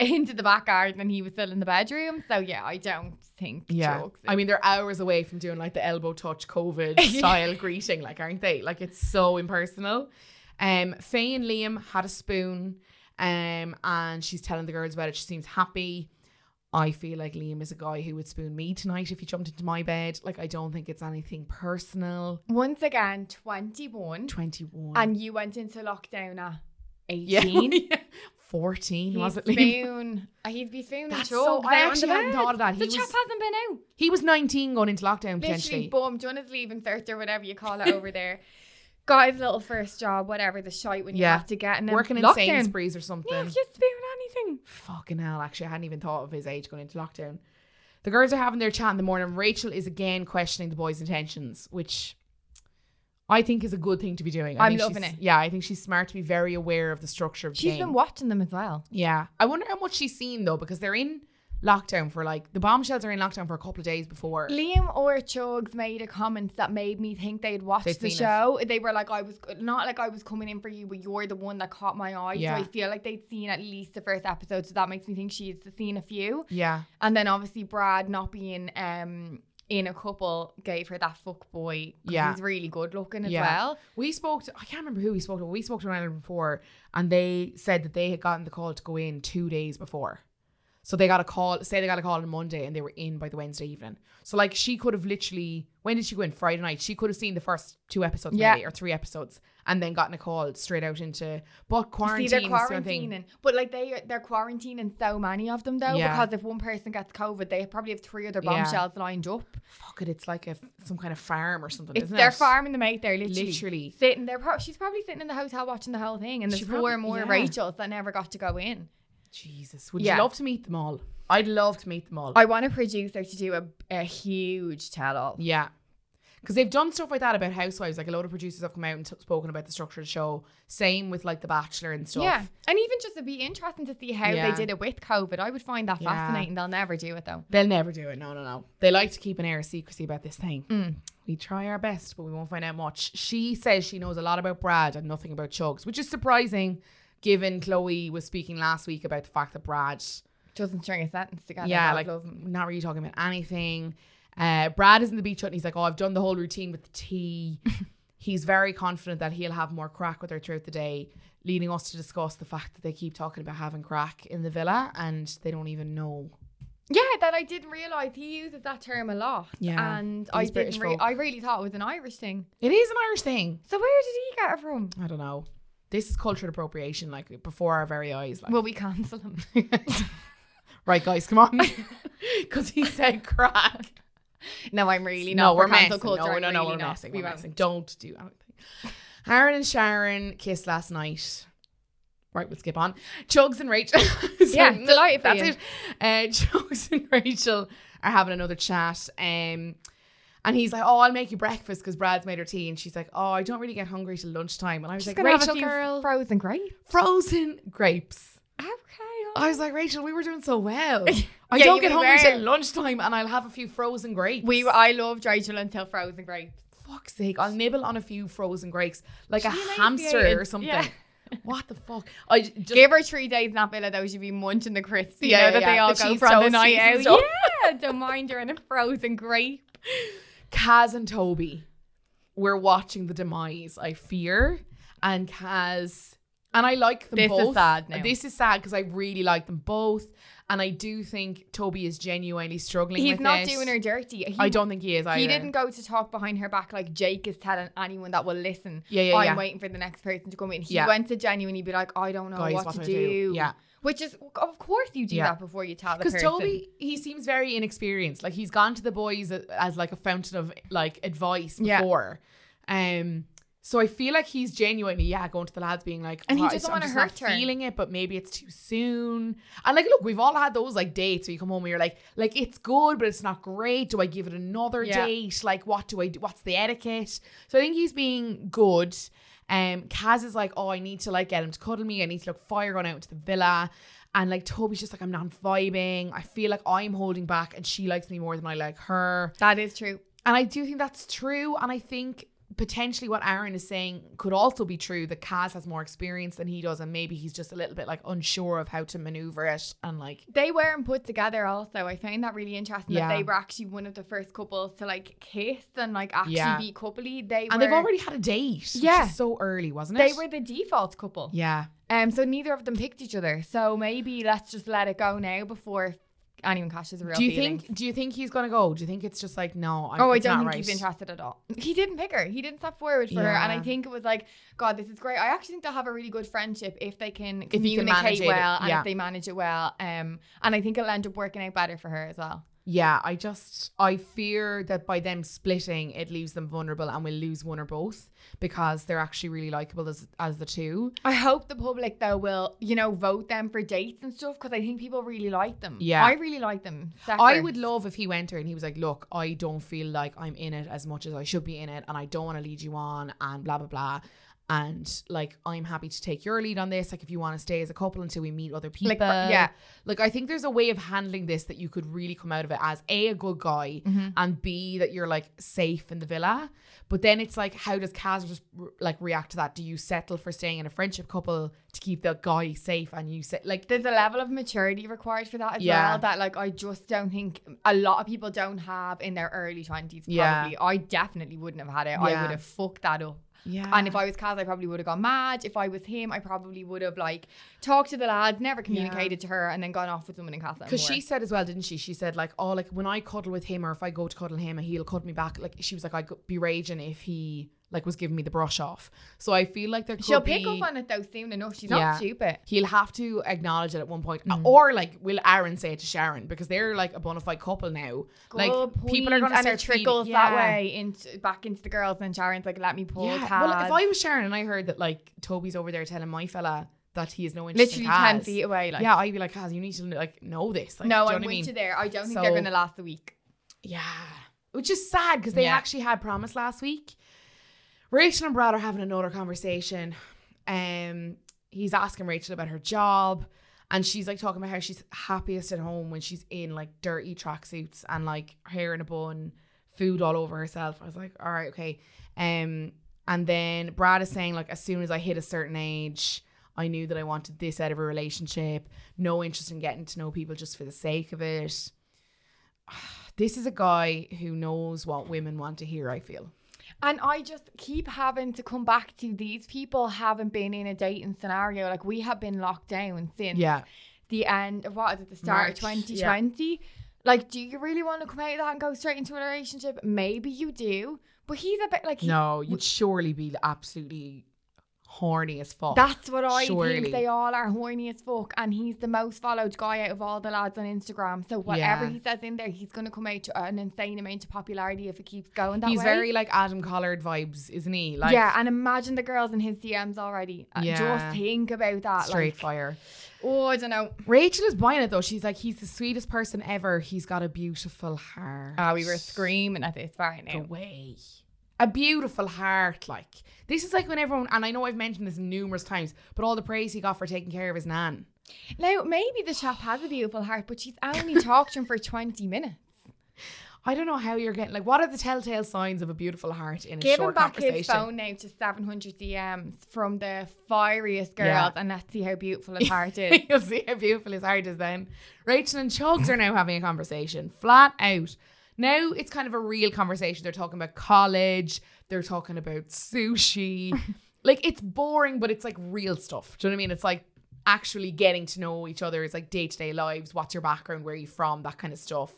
into the back garden and he was still in the bedroom. So, yeah, I don't think
Yeah,
Chugs.
I mean they're hours away from doing like the elbow touch COVID style greeting, like aren't they? Like it's so impersonal. Um, Faye and Liam had a spoon, um, and she's telling the girls about it. She seems happy. I feel like Liam is a guy who would spoon me tonight if he jumped into my bed. Like I don't think it's anything personal.
Once again, 21.
Twenty one
And you went into lockdown at
yeah,
18.
fourteen
He'd
was it? Liam?
spoon. He'd be spooning
That's
That's
so- I actually hadn't thought of that. He
the
was
chap hasn't been out.
He was nineteen going into lockdown
Literally
potentially.
bummed. Jonah's leaving third or whatever you call it over there. Got his little first job, whatever the shite when you
Yeah.
have to get. And then
Working in
lockdown.
Sainsbury's or something.
Yeah, if you spoon anything.
Fucking hell, actually, I hadn't even thought of his age going into lockdown. The girls are having their chat in the morning. Rachel is again questioning the boys' intentions, which I think is a good thing to be doing. I
I'm
think
loving
she's-
it.
Yeah, I think she's smart to be very aware of the structure of the
She's
game.
been watching them as well.
yeah. I wonder how much she's seen, though, because they're in lockdown for like, the bombshells are in lockdown for a couple of days before.
Liam or Chugs made a comment that made me think they'd watched
They'd
the
seen it.
show. They were like, I was not like I was coming in for you, but you're the one that caught my eye.
Yeah.
So I feel like they'd seen at least the first episode. So that makes me think she's seen a few.
yeah.
And then obviously Brad not being um in a couple gave her that fuck boy. 'cause
Yeah.
He's really good looking as
Yeah.
well.
We spoke to, I can't remember who we spoke to, but we spoke to an island before and they said that they had gotten the call to go in two days before. So they got a call, say they got a call on Monday and they were in by the Wednesday evening. So like she could have literally, when did she go in? Friday night. She could have seen the first two episodes
Yeah.
maybe or three episodes and then gotten a call straight out into, but
See,
quarantine
they're
is the thing.
quarantining, but like they they're quarantining so many of them though,
Yeah.
because if one person gets COVID, they probably have three other
Yeah.
bombshells lined up.
Fuck it, it's like a, some kind of farm or something,
It's
isn't
they're
it?
farming them out there, literally.
Literally.
Sitting there, pro- she's probably sitting in the hotel watching the whole thing, and
She
there's four
probably-
more
yeah.
Rachels that never got to go in.
Jesus, would
Yeah.
you love to meet them all? I'd love to meet them all.
I want a producer to do a, a huge tell all.
Yeah. Because they've done stuff like that about Housewives. Like a lot of producers have come out and t- spoken about the structure of the show. Same with like The Bachelor and stuff.
Yeah, and even just it'd be interesting to see how
Yeah.
they did it with COVID. I would find that
Yeah.
fascinating. They'll never do it though.
They'll never do it. No, no, no. They like to keep an air of secrecy about this thing. We try our best, but we won't find out much. She says she knows a lot about Brad and nothing about Chugs, which is surprising given Chloe was speaking last week about the fact that Brad,
Doesn't string a sentence together.
yeah,
God
like
love 'em.
not really talking about anything. Uh, Brad is in the beach hut and he's like, Oh, I've done the whole routine with the tea. he's very confident that he'll have more crack with her throughout the day, leading us to discuss the fact that they keep talking about having crack in the villa and they don't even know.
Yeah, that I didn't realize he uses that term a lot.
Yeah,
and
these
I
British
didn't. Re-
folk.
I really thought it was an Irish thing.
It is an Irish thing.
So where did he get it from?
I don't know. This is cultural appropriation, like before our very eyes. Like,
Will we cancel him?
right, guys, come on, because he said crack.
no, I'm really not.
no, we're
for cancel
messing.
culture.
No, no,
I'm
no,
really
we're
not.
messing.
We
We're
won't.
messing. Don't do anything. Aaron and Sharon kissed last night. Right, we'll skip on. Chugs and Rachel.
Yeah,
Sorry,
delighted for
That's
you.
it. Uh, Chugs and Rachel are having another chat. Um, and he's like, "Oh, I'll make you breakfast because Brad's made her tea." And she's like, "Oh, I don't really get hungry till lunchtime." And I was
She's
like,
gonna have a
"Rachel,
few
girl,
frozen grape.
frozen grapes."
Okay.
I was like, "Rachel, we were doing so well. I
Yeah,
don't
you
get
really
hungry till
were.
lunchtime, and I'll have a few frozen grapes."
we. I loved Rachel until frozen grapes.
fuck's sake, I'll nibble on a few frozen grapes like a
She's emaciated.
hamster or something.
Yeah.
What the fuck? I j- just
Give her three days in that villa though. She'd be munching the crisps. You
Yeah,
know that
yeah,
they
yeah.
all
The
go
cheese
for on the
toasties
night
and
out.
stuff.
Yeah. Don't mind her in a frozen grape.
Kaz and Toby, we're watching the demise, I fear. And Kaz And I like them
This is
both.
sad now.
This is sad because I really like them both. And I do think Toby is genuinely struggling
He's
with
not
it.
doing her dirty. He,
I don't think he is either.
He didn't go to talk behind her back like Jake is telling anyone that will listen.
Yeah, yeah,
I'm
yeah.
waiting for the next person to come in. He
Yeah.
went to genuinely be like, I don't know
Guys,
what,
what
to
do I
do.
do? Yeah.
Which is, of course, you do
Yeah.
that before you tell the
because
person.
Toby, he seems very inexperienced. Like he's gone to the boys a- as like a fountain of like advice
Yeah.
before. Um, so I feel like he's genuinely yeah going to the lads being like,
And he
"Right,
doesn't
I'm
wanna
just not
hurt her."
Feeling it, but maybe it's too soon. And like, look, we've all had those like dates where you come home and you're like, like it's good, but it's not great. Do I give it another
Yeah.
date? Like, what do I do? What's the etiquette? So I think he's being good. Um, Kaz is like, oh, I need to like get him to cuddle me. I need to look fire going out into the villa. And like Toby's just like, I'm not vibing. I feel like I'm holding back and she likes me more than I like her.
That is true.
And I do think that's true. And I think potentially what Aaron is saying could also be true that Kaz has more experience than he does. And maybe he's just a little bit like unsure of how to maneuver it. And like,
They weren't put together also. I found that really interesting
Yeah.
that they were actually one of the first couples to like kiss and like actually
Yeah.
be coupley. They
and
were,
they've already had a date.
Yeah.
Which is so early, wasn't it?
they were the default couple.
Yeah.
Um, so neither of them picked each other. So maybe let's just let it go now before anyone catches a real.
Do you
feelings.
think? Do you think he's gonna go? Do you think it's just like no? I'm,
Oh, I
it's
don't
not
think
right.
he's interested at all. He didn't pick her. He didn't step forward for her, and I
Yeah.
think it was like, God, this is great. I actually think they'll have a really good friendship if they can
If you can
communicate
manage it,
well and
yeah.
if they manage it well. Um, and I think it'll end up working out better for her as well.
Yeah, I just I fear that by them splitting, it leaves them vulnerable and we'll lose one or both because they're actually really likable as as the two.
I hope the public though will, you know, vote them for dates and stuff because I think people really like them.
Yeah.
I really like them.
I
Separate.
would love if he went there and he was like, "Look, I don't feel like I'm in it as much as I should be in it, and I don't want to lead you on, and blah blah blah." And like, I'm happy to take your lead on this. Like, if you want to stay as a couple until we meet other people,
Like, yeah.
Like, I think there's a way of handling this that you could really come out of it as a a good guy,
Mm-hmm.
and b that you're like safe in the villa. But then it's like, how does Kaz just re- like react to that? Do you settle for staying in a friendship couple to keep the guy safe, and you say like,
There's a level of maturity required for that as
Yeah.
well that like I just don't think a lot of people don't have in their early twenties. Probably,
Yeah.
I definitely wouldn't have had it. I
Yeah.
would have fucked that up.
yeah,
And if I was Kaz, I probably would have gone mad. If I was him, I probably would have like talked to the lads, never communicated to her, and then gone off with someone in Casa.
Because she said as well, didn't she? She said like, oh, like when I cuddle with him, or if I go to cuddle him, and he'll cuddle me back. Like she was like, I'd go- be raging if he like was giving me the brush off. So I feel like there could
she'll
be,
pick up on it though soon enough. She's
Yeah.
not stupid.
He'll have to acknowledge it at one point,
Mm.
or like, will Aaron say it to Sharon because they're like a bona fide couple now. like
Good
people are
point.
gonna start
and it trickles
feeding-
that
Yeah.
way into back into the girls, and Sharon's like, "Let me pull
Yeah.
Kaz."
Well, if I was Sharon and I heard that like Toby's over there telling my fella that he is no interest
literally
in Kaz,
ten feet away, like,
yeah, I'd be like, Kaz, you need to like know this. Like,
no,
do you know
I'm
what I
with
mean?
you there. I don't think they're
So-
gonna last the week.
Yeah. Which is sad because they
Yeah.
actually had promise last week. Rachel and Brad are having another conversation. Um, he's asking Rachel about her job, and she's like talking about how she's happiest at home when she's in like dirty tracksuits and like hair in a bun, food all over herself. I was like, all right, okay. Um, and then Brad is saying like, as soon as I hit a certain age, I knew that I wanted this out of a relationship. No interest in getting to know people just for the sake of it this is a guy who knows what women want to hear, I feel.
And I just keep having to come back to these people haven't been in a dating scenario. Like we have been locked down since the end of what is it, the start of
March, yeah.
2020. Like, do you really want to come out of that and go straight into a relationship? Maybe you do, but he's a bit like, he,
No, you'd surely be absolutely horny as fuck.
that's what I
Oh, Surely.
think. They all are horny as fuck, and he's the most followed guy out of all the lads on Instagram. So, whatever
Yeah.
he says in there, he's going to come out to an insane amount of popularity if it keeps going that
He's
way.
very like Adam Collard vibes, isn't he? Like
yeah, and imagine the girls in his DMs already. Uh,
Yeah.
Just think about that.
straight
like,
fire.
oh, I don't know.
Rachel is buying it though. She's like, he's the sweetest person ever. He's got a beautiful heart.
Ah, we were screaming at this right
Go
now.
away. A beautiful heart, like this is like when everyone and I know I've mentioned this numerous times, but all the praise he got for taking care of his nan.
Now, maybe the chap has a beautiful heart, but she's only talked to him for 20 minutes.
I don't know how you're getting like what are the telltale signs of a beautiful heart in a
Give him
short
back
conversation?
his phone now to 700 DMs from the fieriest girls,
Yeah.
and let's see how beautiful his heart is.
You'll see how beautiful his heart is then. Rachel and Chugs are now having a conversation, flat out. Now it's kind of a real conversation. They're talking about college, they're talking about sushi. Like it's boring, but it's like real stuff. Do you know what I mean? It's like actually getting to know each other. It's like day to day lives. What's your background? Where are you from? That kind of stuff.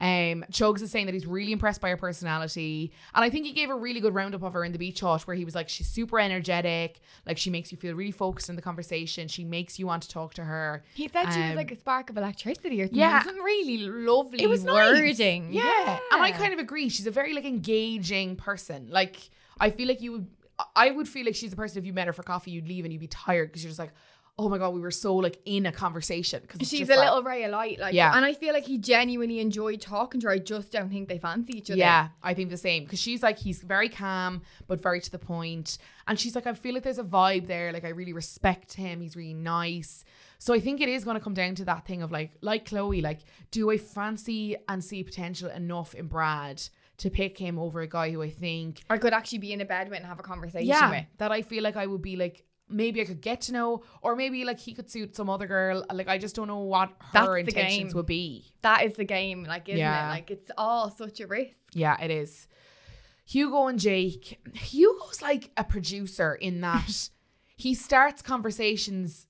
Um, Chugs is saying that he's really impressed by her personality. And I think he gave a really good roundup of her in the beach hut where he was like, she's super energetic. Like, she makes you feel really focused in the conversation. She makes you want to talk to her.
He said she
Um,
was like a spark of electricity or something.
yeah.
It was some really lovely
It was nice.
wording.
Yeah. And I kind of agree. She's a very like engaging person. Like I feel like you would I would feel like she's the person if you met her for coffee, you'd leave and you'd be tired because you're just like, oh my god, we were so like in a conversation. Because
She's a little ray of light, like
Yeah.
and I feel like he genuinely enjoyed talking to her. I just don't think they fancy each other.
Yeah, I think the same. Because she's like, he's very calm, but very to the point. And she's like, I feel like there's a vibe there. Like, I really respect him. He's really nice. So I think it is going to come down to that thing of like, like Chloe, like, do I fancy and see potential enough in Brad to pick him over a guy who I think
or could actually be in a bed with and have a conversation with.
that I feel like I would be like maybe I could get to know, or maybe like he could suit some other girl. Like I just don't know what her
That's the
intentions
game.
would be.
That is the game, like isn't
Yeah.
it? Like it's all such a risk.
Yeah, it is. Hugo and Jake. Hugo's like a producer in that he starts conversations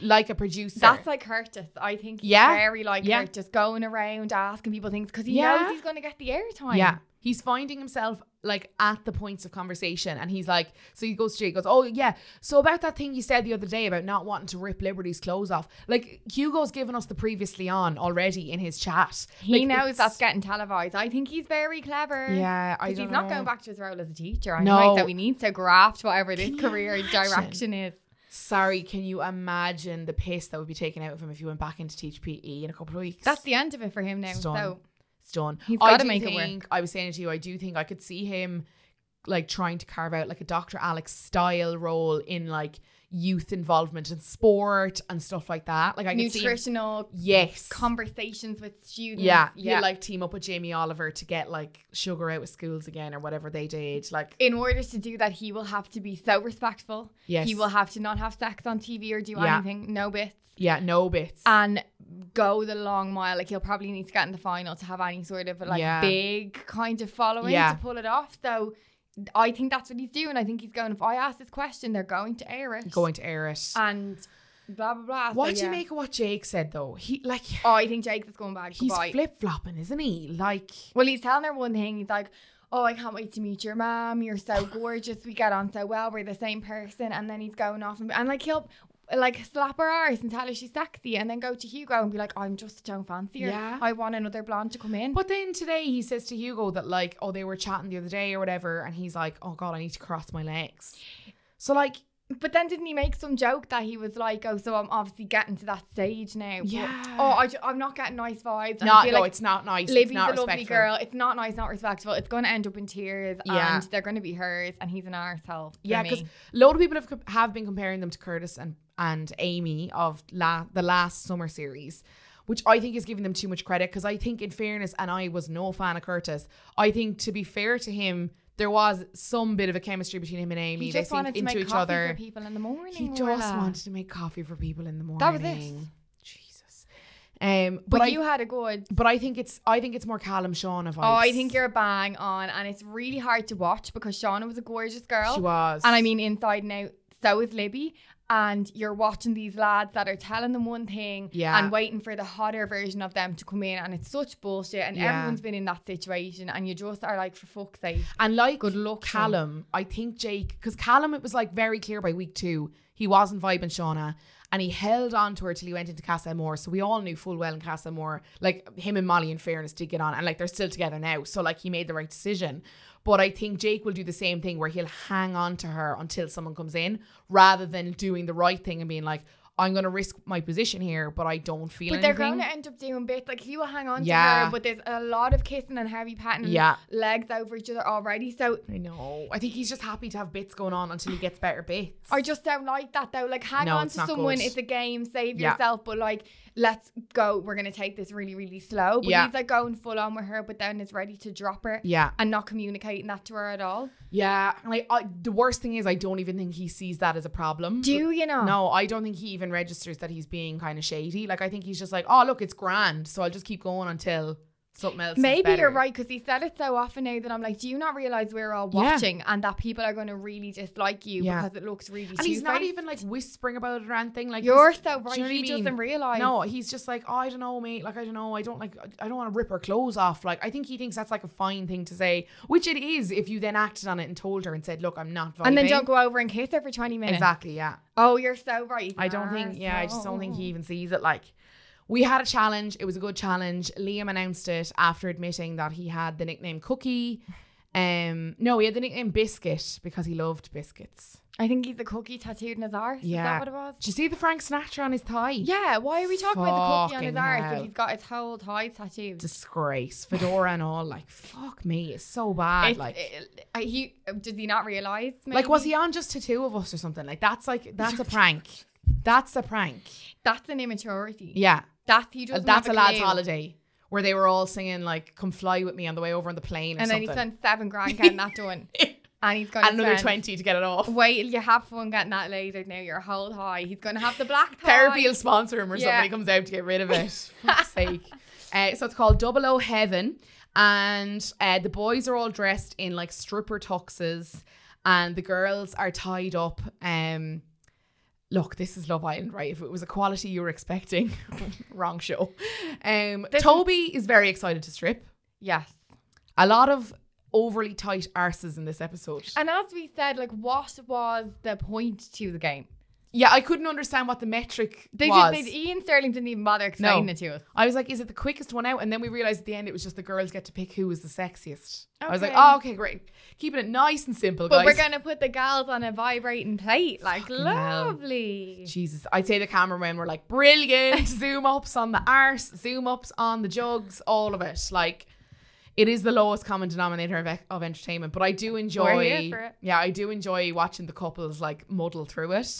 like a producer.
That's like Curtis. I think he's
Yeah.
very like
Yeah.
Curtis, going around asking people things because he
Yeah.
knows he's going to get the airtime.
Yeah. He's finding himself like at the points of conversation and he's like, so he goes to Jay, he goes, Oh yeah. So about that thing you said the other day about not wanting to rip Liberty's clothes off. Like Hugo's given us the previously on already in his chat.
He
Like,
knows
it's-
that's getting televised. I think he's very clever.
Yeah, I
Because
don't
he's not
know.
going back to his role as a teacher. I
No.
know that he needs to graft whatever this
Can you
career
imagine?
direction is.
Sorry, can you imagine the piss that would be taken out of him if he went back in to teach PE in a couple of weeks?
That's the end of it for him now.
It's done.
So
it's done.
He's
I
gotta
do
make it work.
think, I was saying it to you, I do think I could see him like trying to carve out like a Dr. Alex style role in like youth involvement in sport and stuff like that. Like I could see him-
nutritional
yes.
conversations with students.
yeah,
yeah.
He'd like team up with Jamie Oliver to get like sugar out of schools again or whatever they did. Like
in order to do that, he will have to be so respectful.
Yes.
He will have to not have sex on TV or do
Yeah.
anything, no bits,
yeah, no bits.
and go the long mile. Like he'll probably need to get in the final to have any sort of like
Yeah.
big kind of following
Yeah.
to pull it off. So I think that's what he's doing. I think he's going. If I ask this question, they're going to air it.
going to air it.
and blah blah blah. So,
what do
yeah.
you make of what Jake said though? He like
Oh, I think Jake's going back.
he's
Goodbye.
flip flopping, isn't he? Like
Well, he's telling her one thing. He's like, "Oh, I can't wait to meet your mom. You're so gorgeous. We get on so well. We're the same person." And then he's going off and, and like he'll like slap her arse and tell her she's sexy, and then go to Hugo and be like, "I'm just don't fancy her.
Yeah.
I want another blonde to come in."
But then today he says to Hugo that like, oh, they were chatting the other day or whatever, and he's like, oh god, I need to cross my legs. So like,
But then didn't he make some joke that he was like, "Oh, so I'm obviously getting to that stage now. but-
Yeah.
oh, I, ju- I'm not getting nice vibes. and I
not
feel
no,
like
it's not nice.
Libby's
it's not
a lovely
respectful.
girl. It's not nice, not respectful. It's going to end up in tears,
Yeah.
and they're going to be hers, and he's an arsehole. for
Yeah,
me.
because a lot of people have co- have been comparing them to Curtis and and Amy of la- the last summer series, which I think is giving them too much credit. Because I think, in fairness, and I was no fan of Curtis. I think to be fair to him, there was some bit of a chemistry between him and Amy.
He
they
just
seemed
wanted to
into
make
each
coffee
other.
for people in the morning.
He just
Orla.
wanted to make coffee for people in the morning.
That was it.
Jesus. Um, but
But,
I,
you had a good.
but I think it's I think it's more Callum Sean of
Oh, I think you're bang on, and it's really hard to watch because Shauna was a gorgeous girl,
She was,
and I mean inside and out. So is Libby, and you're watching these lads that are telling them one thing,
Yeah.
and waiting for the hotter version of them to come in, and it's such bullshit. And
Yeah.
everyone's been in that situation, and you just are like, for fuck's sake.
and like
Good luck, Sean.
Callum. I think Jake because Callum it was like very clear by week two he wasn't vibing Shauna and he held on to her till he went into Casa Moore. So we all knew full well in Casa Moore like him and Molly in fairness did get on and like they're still together now. So like he made the right decision. But I think Jake will do the same thing where he'll hang on to her until someone comes in rather than doing the right thing and being like. I'm gonna risk my position here, but I don't feel
But they're
anything.
going to end up doing bits. Like he will hang on to
Yeah.
her, but there's a lot of kissing and heavy patting, and
Yeah.
legs over each other already. So
I know. I think he's just happy to have bits going on until he gets better bits.
I just don't like that though. Like, hang
No,
on
it's
to
not
someone.
good.
It's a game. Save
Yeah.
yourself. But like, let's go. We're gonna take this really, really slow. But
Yeah.
he's like going full on with her, but then is ready to drop her
yeah,
and not communicating that to her at all.
yeah. And I, I, the worst thing is, I don't even think he sees that as a problem.
Do you know?
No, I don't think he even registers that he's being kind of shady. Like I think he's just like, oh look, it's grand, so I'll just keep going until something else. is
Maybe
better.
you're right because he said it so often now that I'm like, do you not realize we're all
Yeah.
watching and that people are going to really dislike you
Yeah.
because it looks really.
And he's not
two-faced?
even like whispering about it or anything. Like this-
You're so
do
right.
you know what I
he
mean?
doesn't realize.
No, he's just like, oh, I don't know, mate. Like, I don't know. I don't like. I don't want to rip her clothes off. Like, I think he thinks that's like a fine thing to say, which it is if you then acted on it and told her and said, look, I'm not. Vibing.
and then don't go over and kiss her for 20 minutes.
Exactly. Yeah.
Oh, you're so right.
I don't
You're
think. Yeah, I just don't think
so-
he even sees it. Like, we had a challenge. It was a good challenge. Liam announced it after admitting that he had the nickname Cookie. Um, no, he had the nickname Biscuit because he loved biscuits.
I think he's a cookie tattooed in his arse. Is
Yeah.
that what it was?
Did you see the Frank Sinatra on his thigh?
Yeah. Why are we talking about the cookie on his
Fucking
arse
hell.
if he's got his whole thigh tattooed?
Disgrace, fedora and all. Like, fuck me, it's so bad.
It's-
like,
it- uh, he did he not realize?
like was he on just to two of us or something? Like, that's like that's a prank. That's a prank.
That's an immaturity.
Yeah,
That's he doesn't.
that's a
have
lad's
clue.
holiday where they were all singing like "Come fly with me" on the way over on the plane or
And then
something.
he spent seven grand getting that done, and he's going to
and another
spend-
20 to get it off.
Wait, till you have fun getting that lasered now. Your whole high. He's going to have the black tie.
Therapy will sponsor him or
Yeah.
somebody comes out to get rid of it. For fuck's sake. Uh, so it's called Double O Heaven. And uh, the boys are all dressed in like stripper tuxes. And the girls are tied up. Um, look, this is Love Island, right? If it was a quality you were expecting, wrong show. Um,
This-
Toby is very excited to strip.
Yes.
A lot of overly tight arses in this episode.
And as we said, like, what was the point to the game?
yeah, I couldn't understand what the metric
They
was.
did, they, Ian Sterling didn't even bother explaining it to us.
I was like, is it the quickest one out? And then we realized at the end it was just the girls get to pick who was the sexiest. I was like,
Okay.
oh, okay, great. Keeping it nice and simple,
But
guys.
we're gonna put the gals on a vibrating plate, like
hell.
lovely.
Jesus, I'd say the cameramen were like, brilliant. zoom ups on the arse, zoom ups on the jugs, all of it. Like, it is the lowest common denominator of, of entertainment, but I do enjoy.
for it.
Yeah, I do enjoy watching the couples like muddle through it.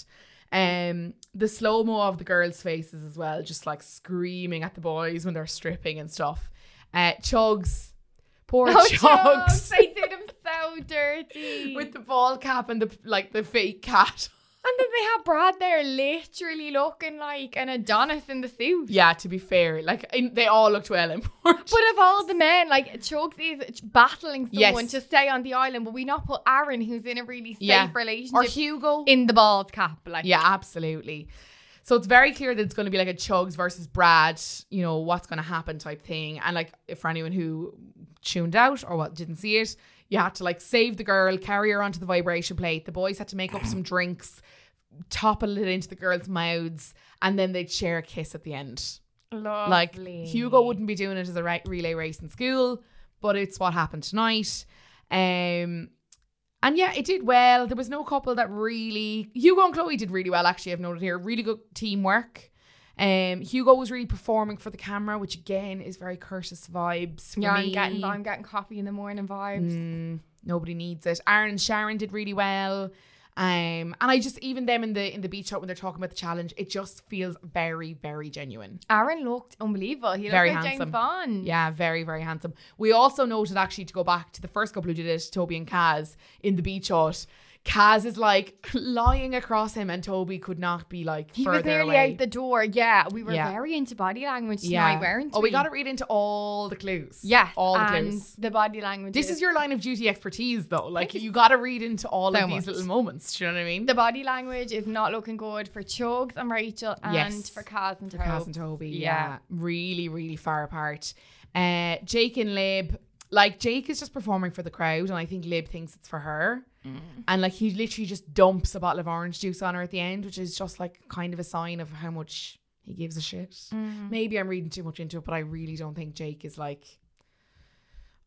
Um, the slow mo of the girls' faces as well, just like screaming at the boys when they're stripping and stuff. Uh, chugs, poor
Oh,
chugs.
Chugs, they did him so dirty.
With the ball cap and the like, the fake cat.
and then they have Brad there, literally looking like an Adonis in the suit.
Yeah, to be fair, like in, they all looked well in poor
But of all the men, like Chugs is battling
Yes.
someone to stay on the island, but we not put Aaron, who's in a really safe
Yeah.
relationship,
or Hugo.
in the bald cap. Like,
Yeah, absolutely. So it's very clear that it's going to be like a Chugs versus Brad, you know, what's going to happen type thing. And like, if for anyone who tuned out or what didn't see it, you had to like save the girl, carry her onto the vibration plate. The boys had to make up some drinks, topple it into the girls' mouths, and then they'd share a kiss at the end.
lovely.
Like Hugo wouldn't be doing it as a re- relay race in school, but it's what happened tonight. Um, and yeah, it did well. There was no couple that really Hugo and Chloe did really well. Actually, I've noted here really good teamwork. Um, Hugo was really performing for the camera, which again is very Curtis vibes. For
Yeah,
me.
I'm getting, I'm getting coffee in the morning vibes.
Mm, nobody needs it. Aaron and Sharon did really well. Um, and I just even them in the in the beach hut when they're talking about the challenge, it just feels very very genuine.
Aaron looked unbelievable. He looked
Very
like
handsome.
James Bond.
Yeah, very, very handsome. We also noted actually to go back to the first couple who did it, Toby and Kaz in the beach hut. Kaz is like lying across him, and Toby could not be like
He
further
was nearly
away.
out the door. Yeah, we were
Yeah.
very into body language
yeah.
tonight, weren't we?
oh, we got to read into all the clues.
Yes,
all the
and
clues.
the body language.
This is your line of duty expertise, though. Like you got to read into all
so
of these
much.
little moments. Do you know what I mean?
the body language is not looking good for Chugs and Rachel, and
Yes.
for Kaz and Toby.
Kaz and Toby. Yeah.
Yeah.
Really, really far apart. Uh, Jake and Lib, like Jake is just performing for the crowd, and I think Lib thinks it's for her. And like he literally just dumps a bottle of orange juice on her at the end, which is just like kind of a sign of how much he gives a shit. Maybe I'm reading too much into it, but I really don't think Jake is like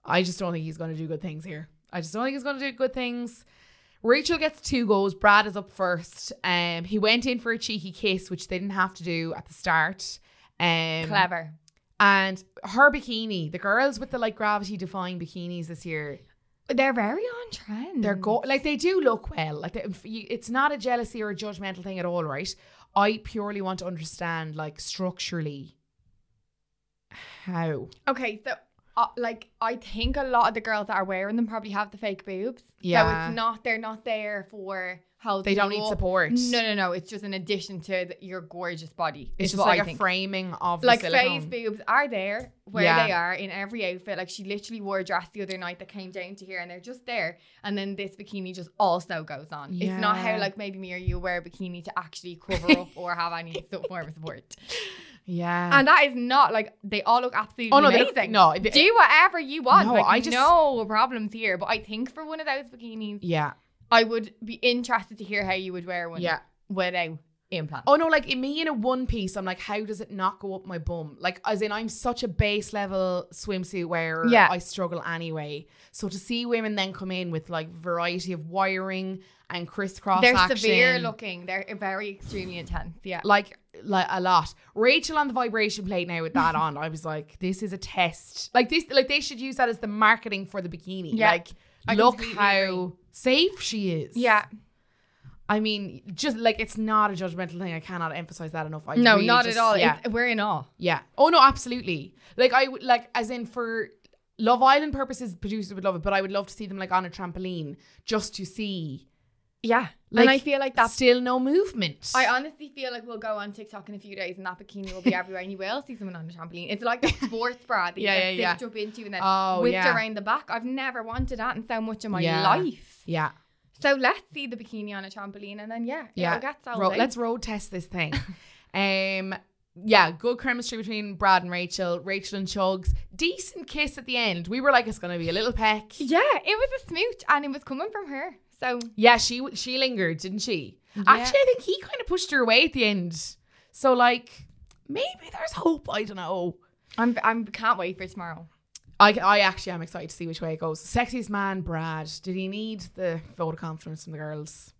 I just don't think he's going to do good things here. I just don't think he's going to do good things. Rachel gets two goals. Brad is up first. Um, he went in for a cheeky kiss, which they didn't have to do at the start. Um,
Clever.
And her bikini, the girls with the like gravity defying bikinis this year,
They're very on trend.
they're go like they do look well. Like they- you- it's not a jealousy or a judgmental thing at all, right? I purely want to understand like structurally how
Okay, so uh, like I think a lot of the girls that are wearing them probably have the fake boobs. So
Yeah.
it's not they're not there for how
They don't need support.
No, no, no. It's just an addition to th- your gorgeous body.
It's
is
just
what
like
I
a
think.
framing of
Like
the
Faye's
silicone.
boobs are there where
Yeah.
they are in every outfit. Like she literally wore a dress the other night that came down to here, and they're just there. And then this bikini just also goes on. It's not how
Yeah.
like maybe me or you wear a bikini to actually cover up or have any sort of form of support.
yeah.
And that is not like they all look absolutely
oh no, they
amazing.
look, no. they-
Do whatever you want.
No,
like,
I just-
no problems here. But I think for one of those bikinis,
yeah,
I would be interested to hear how you would wear one.
yeah.
Without implants.
Oh no, like in me in a one piece, I'm like, how does it not go up my bum? Like, as in, I'm such a base level swimsuit wearer.
Yeah.
I struggle anyway. So to see women then come in with like variety of wiring and crisscross
They're
action,
severe looking. They're very extremely intense. Yeah.
like like a lot. Rachel on the vibration plate now with that on, I was like, this is a test. Like this, like they should use that as the marketing for the bikini.
Yeah,
like
I
look
completely
how
agree.
safe she is.
Yeah.
I mean, just like it's not a judgmental thing. I cannot emphasize that enough. I
No,
really
not
just-
at all.
Yeah.
It's, we're in awe.
Yeah. Oh no, absolutely. Like I would like as in for Love Island purposes, producers would love it, but I would love to see them like on a trampoline just to see.
Yeah.
Like,
and I feel like that's.
still no movement.
I honestly feel like we'll go on TikTok in a few days and that bikini will be everywhere and you will see someone on a trampoline. It's like that sports bra that you
Yeah,
get
yeah, yeah.
zipped up into and then
Oh,
whipped
yeah.
around the back. I've never wanted that in so much of my
Yeah.
life.
yeah,
So let's see the bikini on a trampoline, and then yeah,
yeah.
it'll get sold
Ro-
out.
let's road test this thing. um, yeah, good chemistry between Brad and Rachel. Rachel and Chugs, decent kiss at the end. We were like, it's gonna be a little peck.
yeah, it was a smooch, and it was coming from her. So
Yeah, she w- she lingered, didn't she? Actually, I think he kind of pushed her away at the end. So like, maybe there's hope. I don't know.
I'm I'm can't wait for tomorrow.
I, I actually am excited to see which way it goes. Sexiest man, Brad. Did he need the vote of confidence from the girls?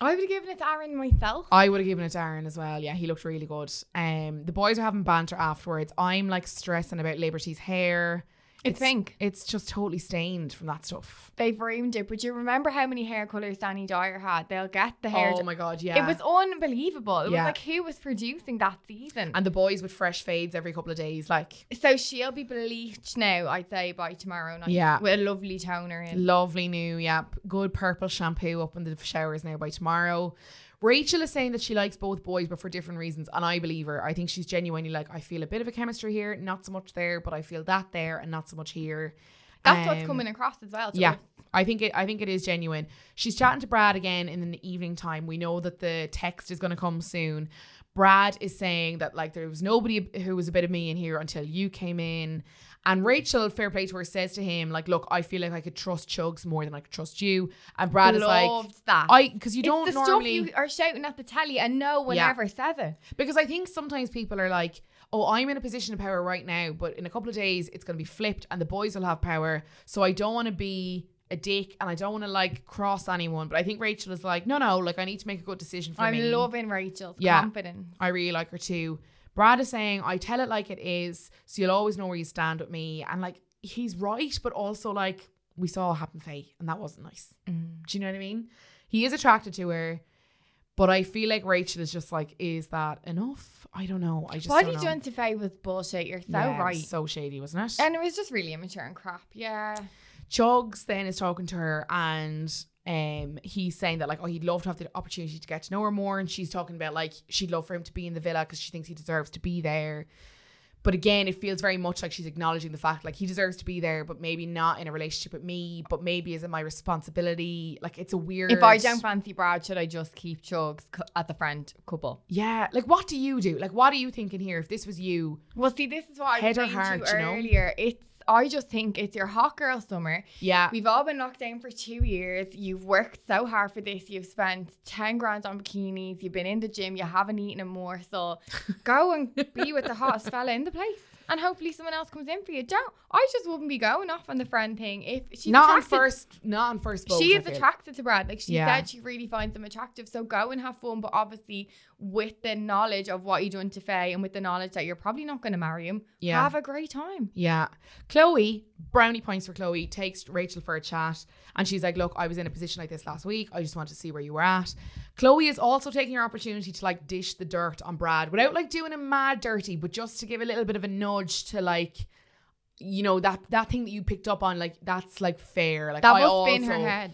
I would have given it to Aaron myself.
I would have given it to Aaron as well. Yeah, he looked really good. Um, the boys are having banter afterwards. I'm like stressing about Liberty's hair.
It's pink.
It's just totally stained from that stuff.
They've ruined it, but you remember how many hair colors Danny Dyer had? They'll get the hair.
oh my god, yeah.
It was unbelievable. It
Yeah.
was like who was producing that season?
and the boys with fresh fades every couple of days, like
so she'll be bleached now, I'd say, by tomorrow night.
Yeah.
with a lovely toner in.
Lovely new, yeah. p- Good purple shampoo up in the showers now by tomorrow. Rachel is saying that she likes both boys, but for different reasons. And I believe her. I think she's genuinely like, I feel a bit of a chemistry here, not so much there, but I feel that there and not so much here.
That's what's
Um,
coming across as well. to
Yeah.
us.
I think it I think it is genuine. She's chatting to Brad again in the evening time. We know that the text is gonna come soon. Brad is saying that like there was nobody who was a bit of me in here until you came in. And Rachel, fair play to her, says to him, like, look, I feel like I could trust Chugs more than I could trust you. And Brad is like
Loved that.
I because you
It's
don't
the
normally
stuff you are shouting at the telly and no one
Yeah.
ever says it.
because I think sometimes people are like, oh, I'm in a position of power right now, but in a couple of days it's going to be flipped and the boys will have power. So I don't want to be a dick and I don't want to like cross anyone. But I think Rachel is like, no, no, like I need to make a good decision for
I'm
me.
loving Rachel's
Yeah.
confidence.
I really like her too. Brad is saying, I tell it like it is, so you'll always know where you stand with me. And like, he's right, but also like, we saw what happened to Faye and that wasn't nice. Do you know what I mean? He is attracted to her, but I feel like Rachel is just like, is that enough? I don't know. I just
What
don't
he
know.
done to Faye was bullshit. You're so
Yeah, it was
right. Eh.
So shady, wasn't it?
and it was just really immature and crap. Yeah.
Chugs then is talking to her and um he's saying that like oh he'd love to have the opportunity to get to know her more and she's talking about like she'd love for him to be in the villa because she thinks he deserves to be there but again it feels very much like she's acknowledging the fact like he deserves to be there but maybe not in a relationship with me but maybe isn't my responsibility like it's a weird
If I don't fancy Brad, should I just keep Chugs cu- as a friend couple?
yeah like what do you do like what are you thinking here if this was you
Well, see, this is what I
Head
was
or
saying
heart,
to
you
you
know?
earlier. It's I just think it's your hot girl summer.
yeah
We've all been locked down for two years. You've worked so hard for this. You've spent 10 grand on bikinis. You've been in the gym. You haven't eaten a morsel. Go and be with the hottest fella in the place. And hopefully someone else comes in for you. Don't. I just wouldn't be going off on the friend thing if she's
not on
attracted-
first not on first vote,
She
I
is
feel.
attracted to Brad. Like she
Yeah.
said, she really finds him attractive. So go and have fun, but obviously with the knowledge of what you done to Faye and with the knowledge that you're probably not going to marry him.
Yeah.
Have a great time.
Yeah. Chloe, brownie points for Chloe, takes Rachel for a chat. And she's like, Look, I was in a position like this last week. I just want to see where you were at. Chloe is also taking her opportunity to like dish the dirt on Brad without like doing him mad dirty, but just to give a little bit of a nudge to like, you know that that thing that you picked up on like that's like fair like
That
I
must
also,
be in her head.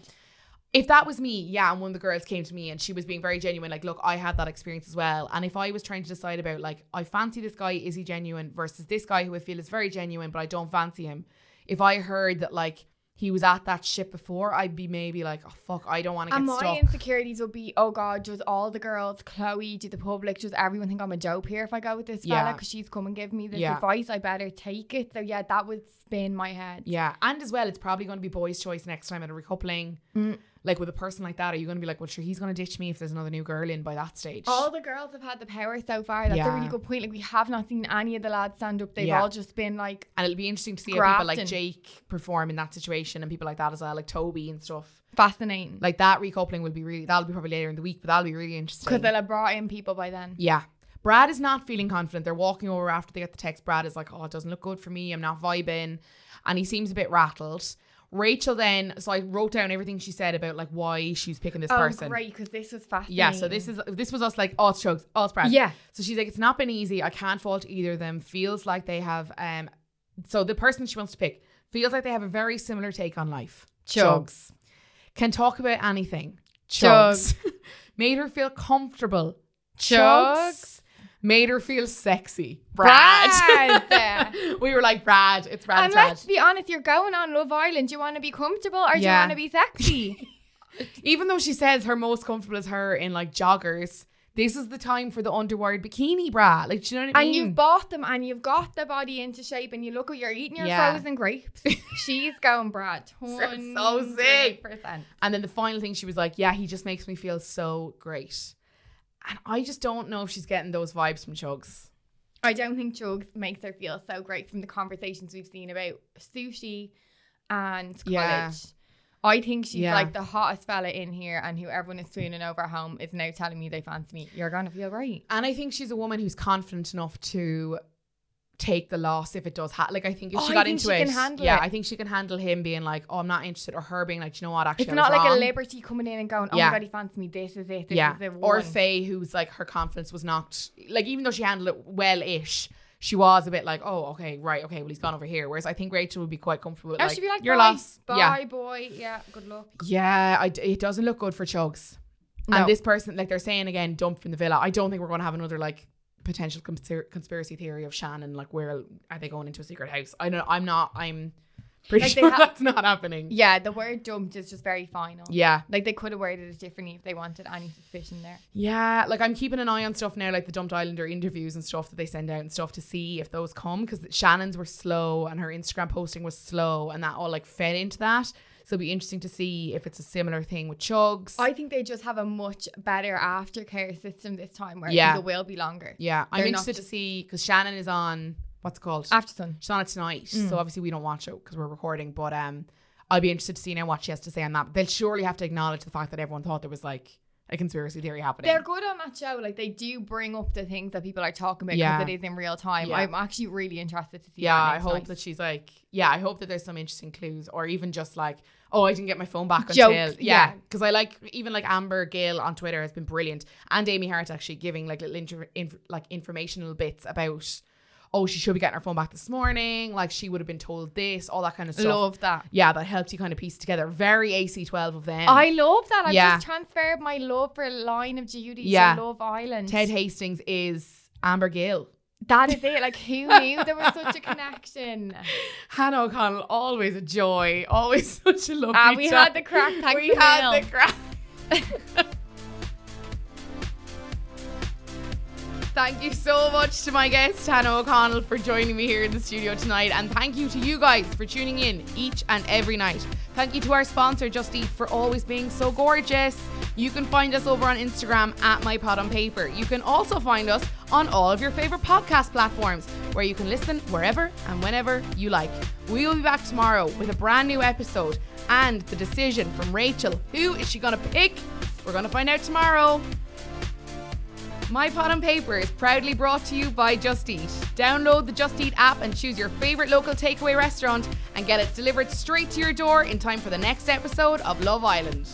if that was me, yeah, and one of the girls came to me and she was being very genuine, like, look, I had that experience as well. And if I was trying to decide about, like, I fancy this guy, is he genuine, versus this guy who I feel is very genuine, but I don't fancy him. If I heard that, like, he was at that shit before, I'd be maybe like, oh, fuck, I don't want to
And
get
my
stuck.
insecurities would be, oh God, does all the girls, Chloe, do the public, does everyone think I'm a dope here if I go with this fella?
Yeah.
Because she's come and give me this
Yeah.
advice, I better take it. So yeah, that would spin my head.
yeah. And as well, it's probably going to be boys' choice next time at a recoupling.
Mm.
Like, with a person like that, are you going to be like, well, sure, he's going to ditch me if there's another new girl in by that stage?
All the girls have had the power so far. That's a really
Yeah.
good point. Like we have not seen any of the lads stand up. They've
Yeah.
all just been like,
and it'll be interesting to see how people like
Grafton.
Jake perform in that situation and people like that as well, like Toby and stuff.
fascinating.
like that recoupling will be really that'll be probably later in the week but that'll be really interesting
Because they'll have brought in people by then.
yeah brad is not feeling confident they're walking over after they get the text brad is like oh it doesn't look good for me i'm not vibing and he seems a bit rattled rachel then so i wrote down everything she said about like why she's picking this
oh,
person
great, because this was fascinating.
yeah so this is this was us like oh it's chugs oh it's brad
Yeah.
so she's like, it's not been easy. I can't fault either of them. Feels like they have um so the person she wants to pick feels like they have a very similar take on life.
Chugs.
Can talk about anything.
Chugs.
Chugs. Made her feel comfortable.
Chugs.
Made her feel sexy. Brad.
Brad. Brad.
we were like, Brad, it's Brad.
and
it's Brad.
let's be honest, you're going on Love Island. Do you want to be comfortable
Yeah.
or do you want to be sexy?
Even though she says her most comfortable is her in like joggers, this is the time for the underwired bikini bra. Like, do you know what I
and
mean?
you've bought them and you've got the body into shape and you look at you're eating your
Yeah.
frozen grapes. She's going Brad.
so sick.
100%.
And then the final thing, she was like, "Yeah, he just makes me feel so great." And I just don't know if she's getting those vibes from Chugs.
I don't think drugs makes her feel so great from the conversations we've seen about sushi and college.
Yeah.
I think she's
Yeah.
like the hottest fella in here, and who everyone is swooning over at home is now telling me they fancy me. You're gonna feel great.
And I think she's a woman who's confident enough to take the loss if it does happen. Like I think if
Oh,
she
I
got
think
into
she
it,
can handle
yeah,
it.
I think she can handle him being like, "Oh, I'm not interested," or her being like, "You know what? Actually,
It's
I was
not like
wrong."
a liberty coming in and going, "Oh
Yeah.
my god, he fancies me. This is it. This
yeah,
is the
or
one."
Faye, who's like her confidence was not like even though she handled it well-ish, she was a bit like, "Oh, okay, right, okay, well he's gone over here." Whereas I think Rachel would be quite comfortable. with,
or
like,
she'd be like,
"Your
"Bye,
loss,
bye,
yeah,
boy. Yeah, good luck."
Yeah, I d it doesn't look good for Chugs.
No.
And this person, like they're saying again, dumped from the villa. I don't think we're going to have another like potential conspir- conspiracy theory of Shannon. Like, where are they going into a secret house? I don't. I'm not. I'm pretty
Like, they
sure
ha-
that's not happening. Yeah.
Yeah, the word "dumped" is just very final.
yeah,
Like they could have worded it differently if they wanted any suspicion there.
Like I'm keeping an eye on stuff now, like the dumped islander interviews and stuff that they send out and stuff to see if those come because Shannon's were slow and her Instagram posting was slow and that all like fed into that. So it'll be interesting to see if it's a similar thing with Chugs.
I think they just have a much better aftercare system this time where
Yeah.
it will be longer.
Yeah, I'm
They're not
interested to
just-
see because Shannon is on what's it called.
After sun.
She's on it tonight, so obviously we don't watch it because we're recording. But um, I'll be interested to see now what she has to say on that. They'll surely have to acknowledge the fact that everyone thought there was like a conspiracy theory happening.
They're good on that show. Like they do bring up the things that people are talking about because
Yeah.
it is in real time.
Yeah.
I'm actually really interested to see.
yeah,
that
I
next
hope
night.
that she's like, yeah, I hope that there's some interesting clues, or even just like, oh, I didn't get my phone back until
Joke, yeah.
yeah, because I like even like Amber Gill on Twitter has been brilliant, and Amy Hart actually giving like little inter- inf- like informational bits about, oh, she should be getting her phone back this morning, like she would have been told this, all that kind of stuff.
love that.
yeah, that helps you kind of piece together. Very AC12 of them.
I love that. I've
Yeah.
just transferred my love for Line of Duty
Yeah.
to Love Island.
Ted Hastings is Amber Gill.
That is it. Like who knew there was such a connection?
Hannah O'Connell, always a joy, always such a lovely
Ah, we
chat.
had the crack. Thanks
we
to
had
Neil.
the crack. Thank you so much to my guest, Hannah O'Connell, for joining me here in the studio tonight. And thank you to you guys for tuning in each and every night. Thank you to our sponsor, Just Eat, for always being so gorgeous. You can find us over on Instagram at My Pod on Paper. You can also find us on all of your favorite podcast platforms where you can listen wherever and whenever you like. We will be back tomorrow with a brand new episode and the decision from Rachel. Who is she going to pick? We're going to find out tomorrow. My Pot on Paper is proudly brought to you by Just Eat. Download the Just Eat app and choose your favorite local takeaway restaurant and get it delivered straight to your door in time for the next episode of Love Island.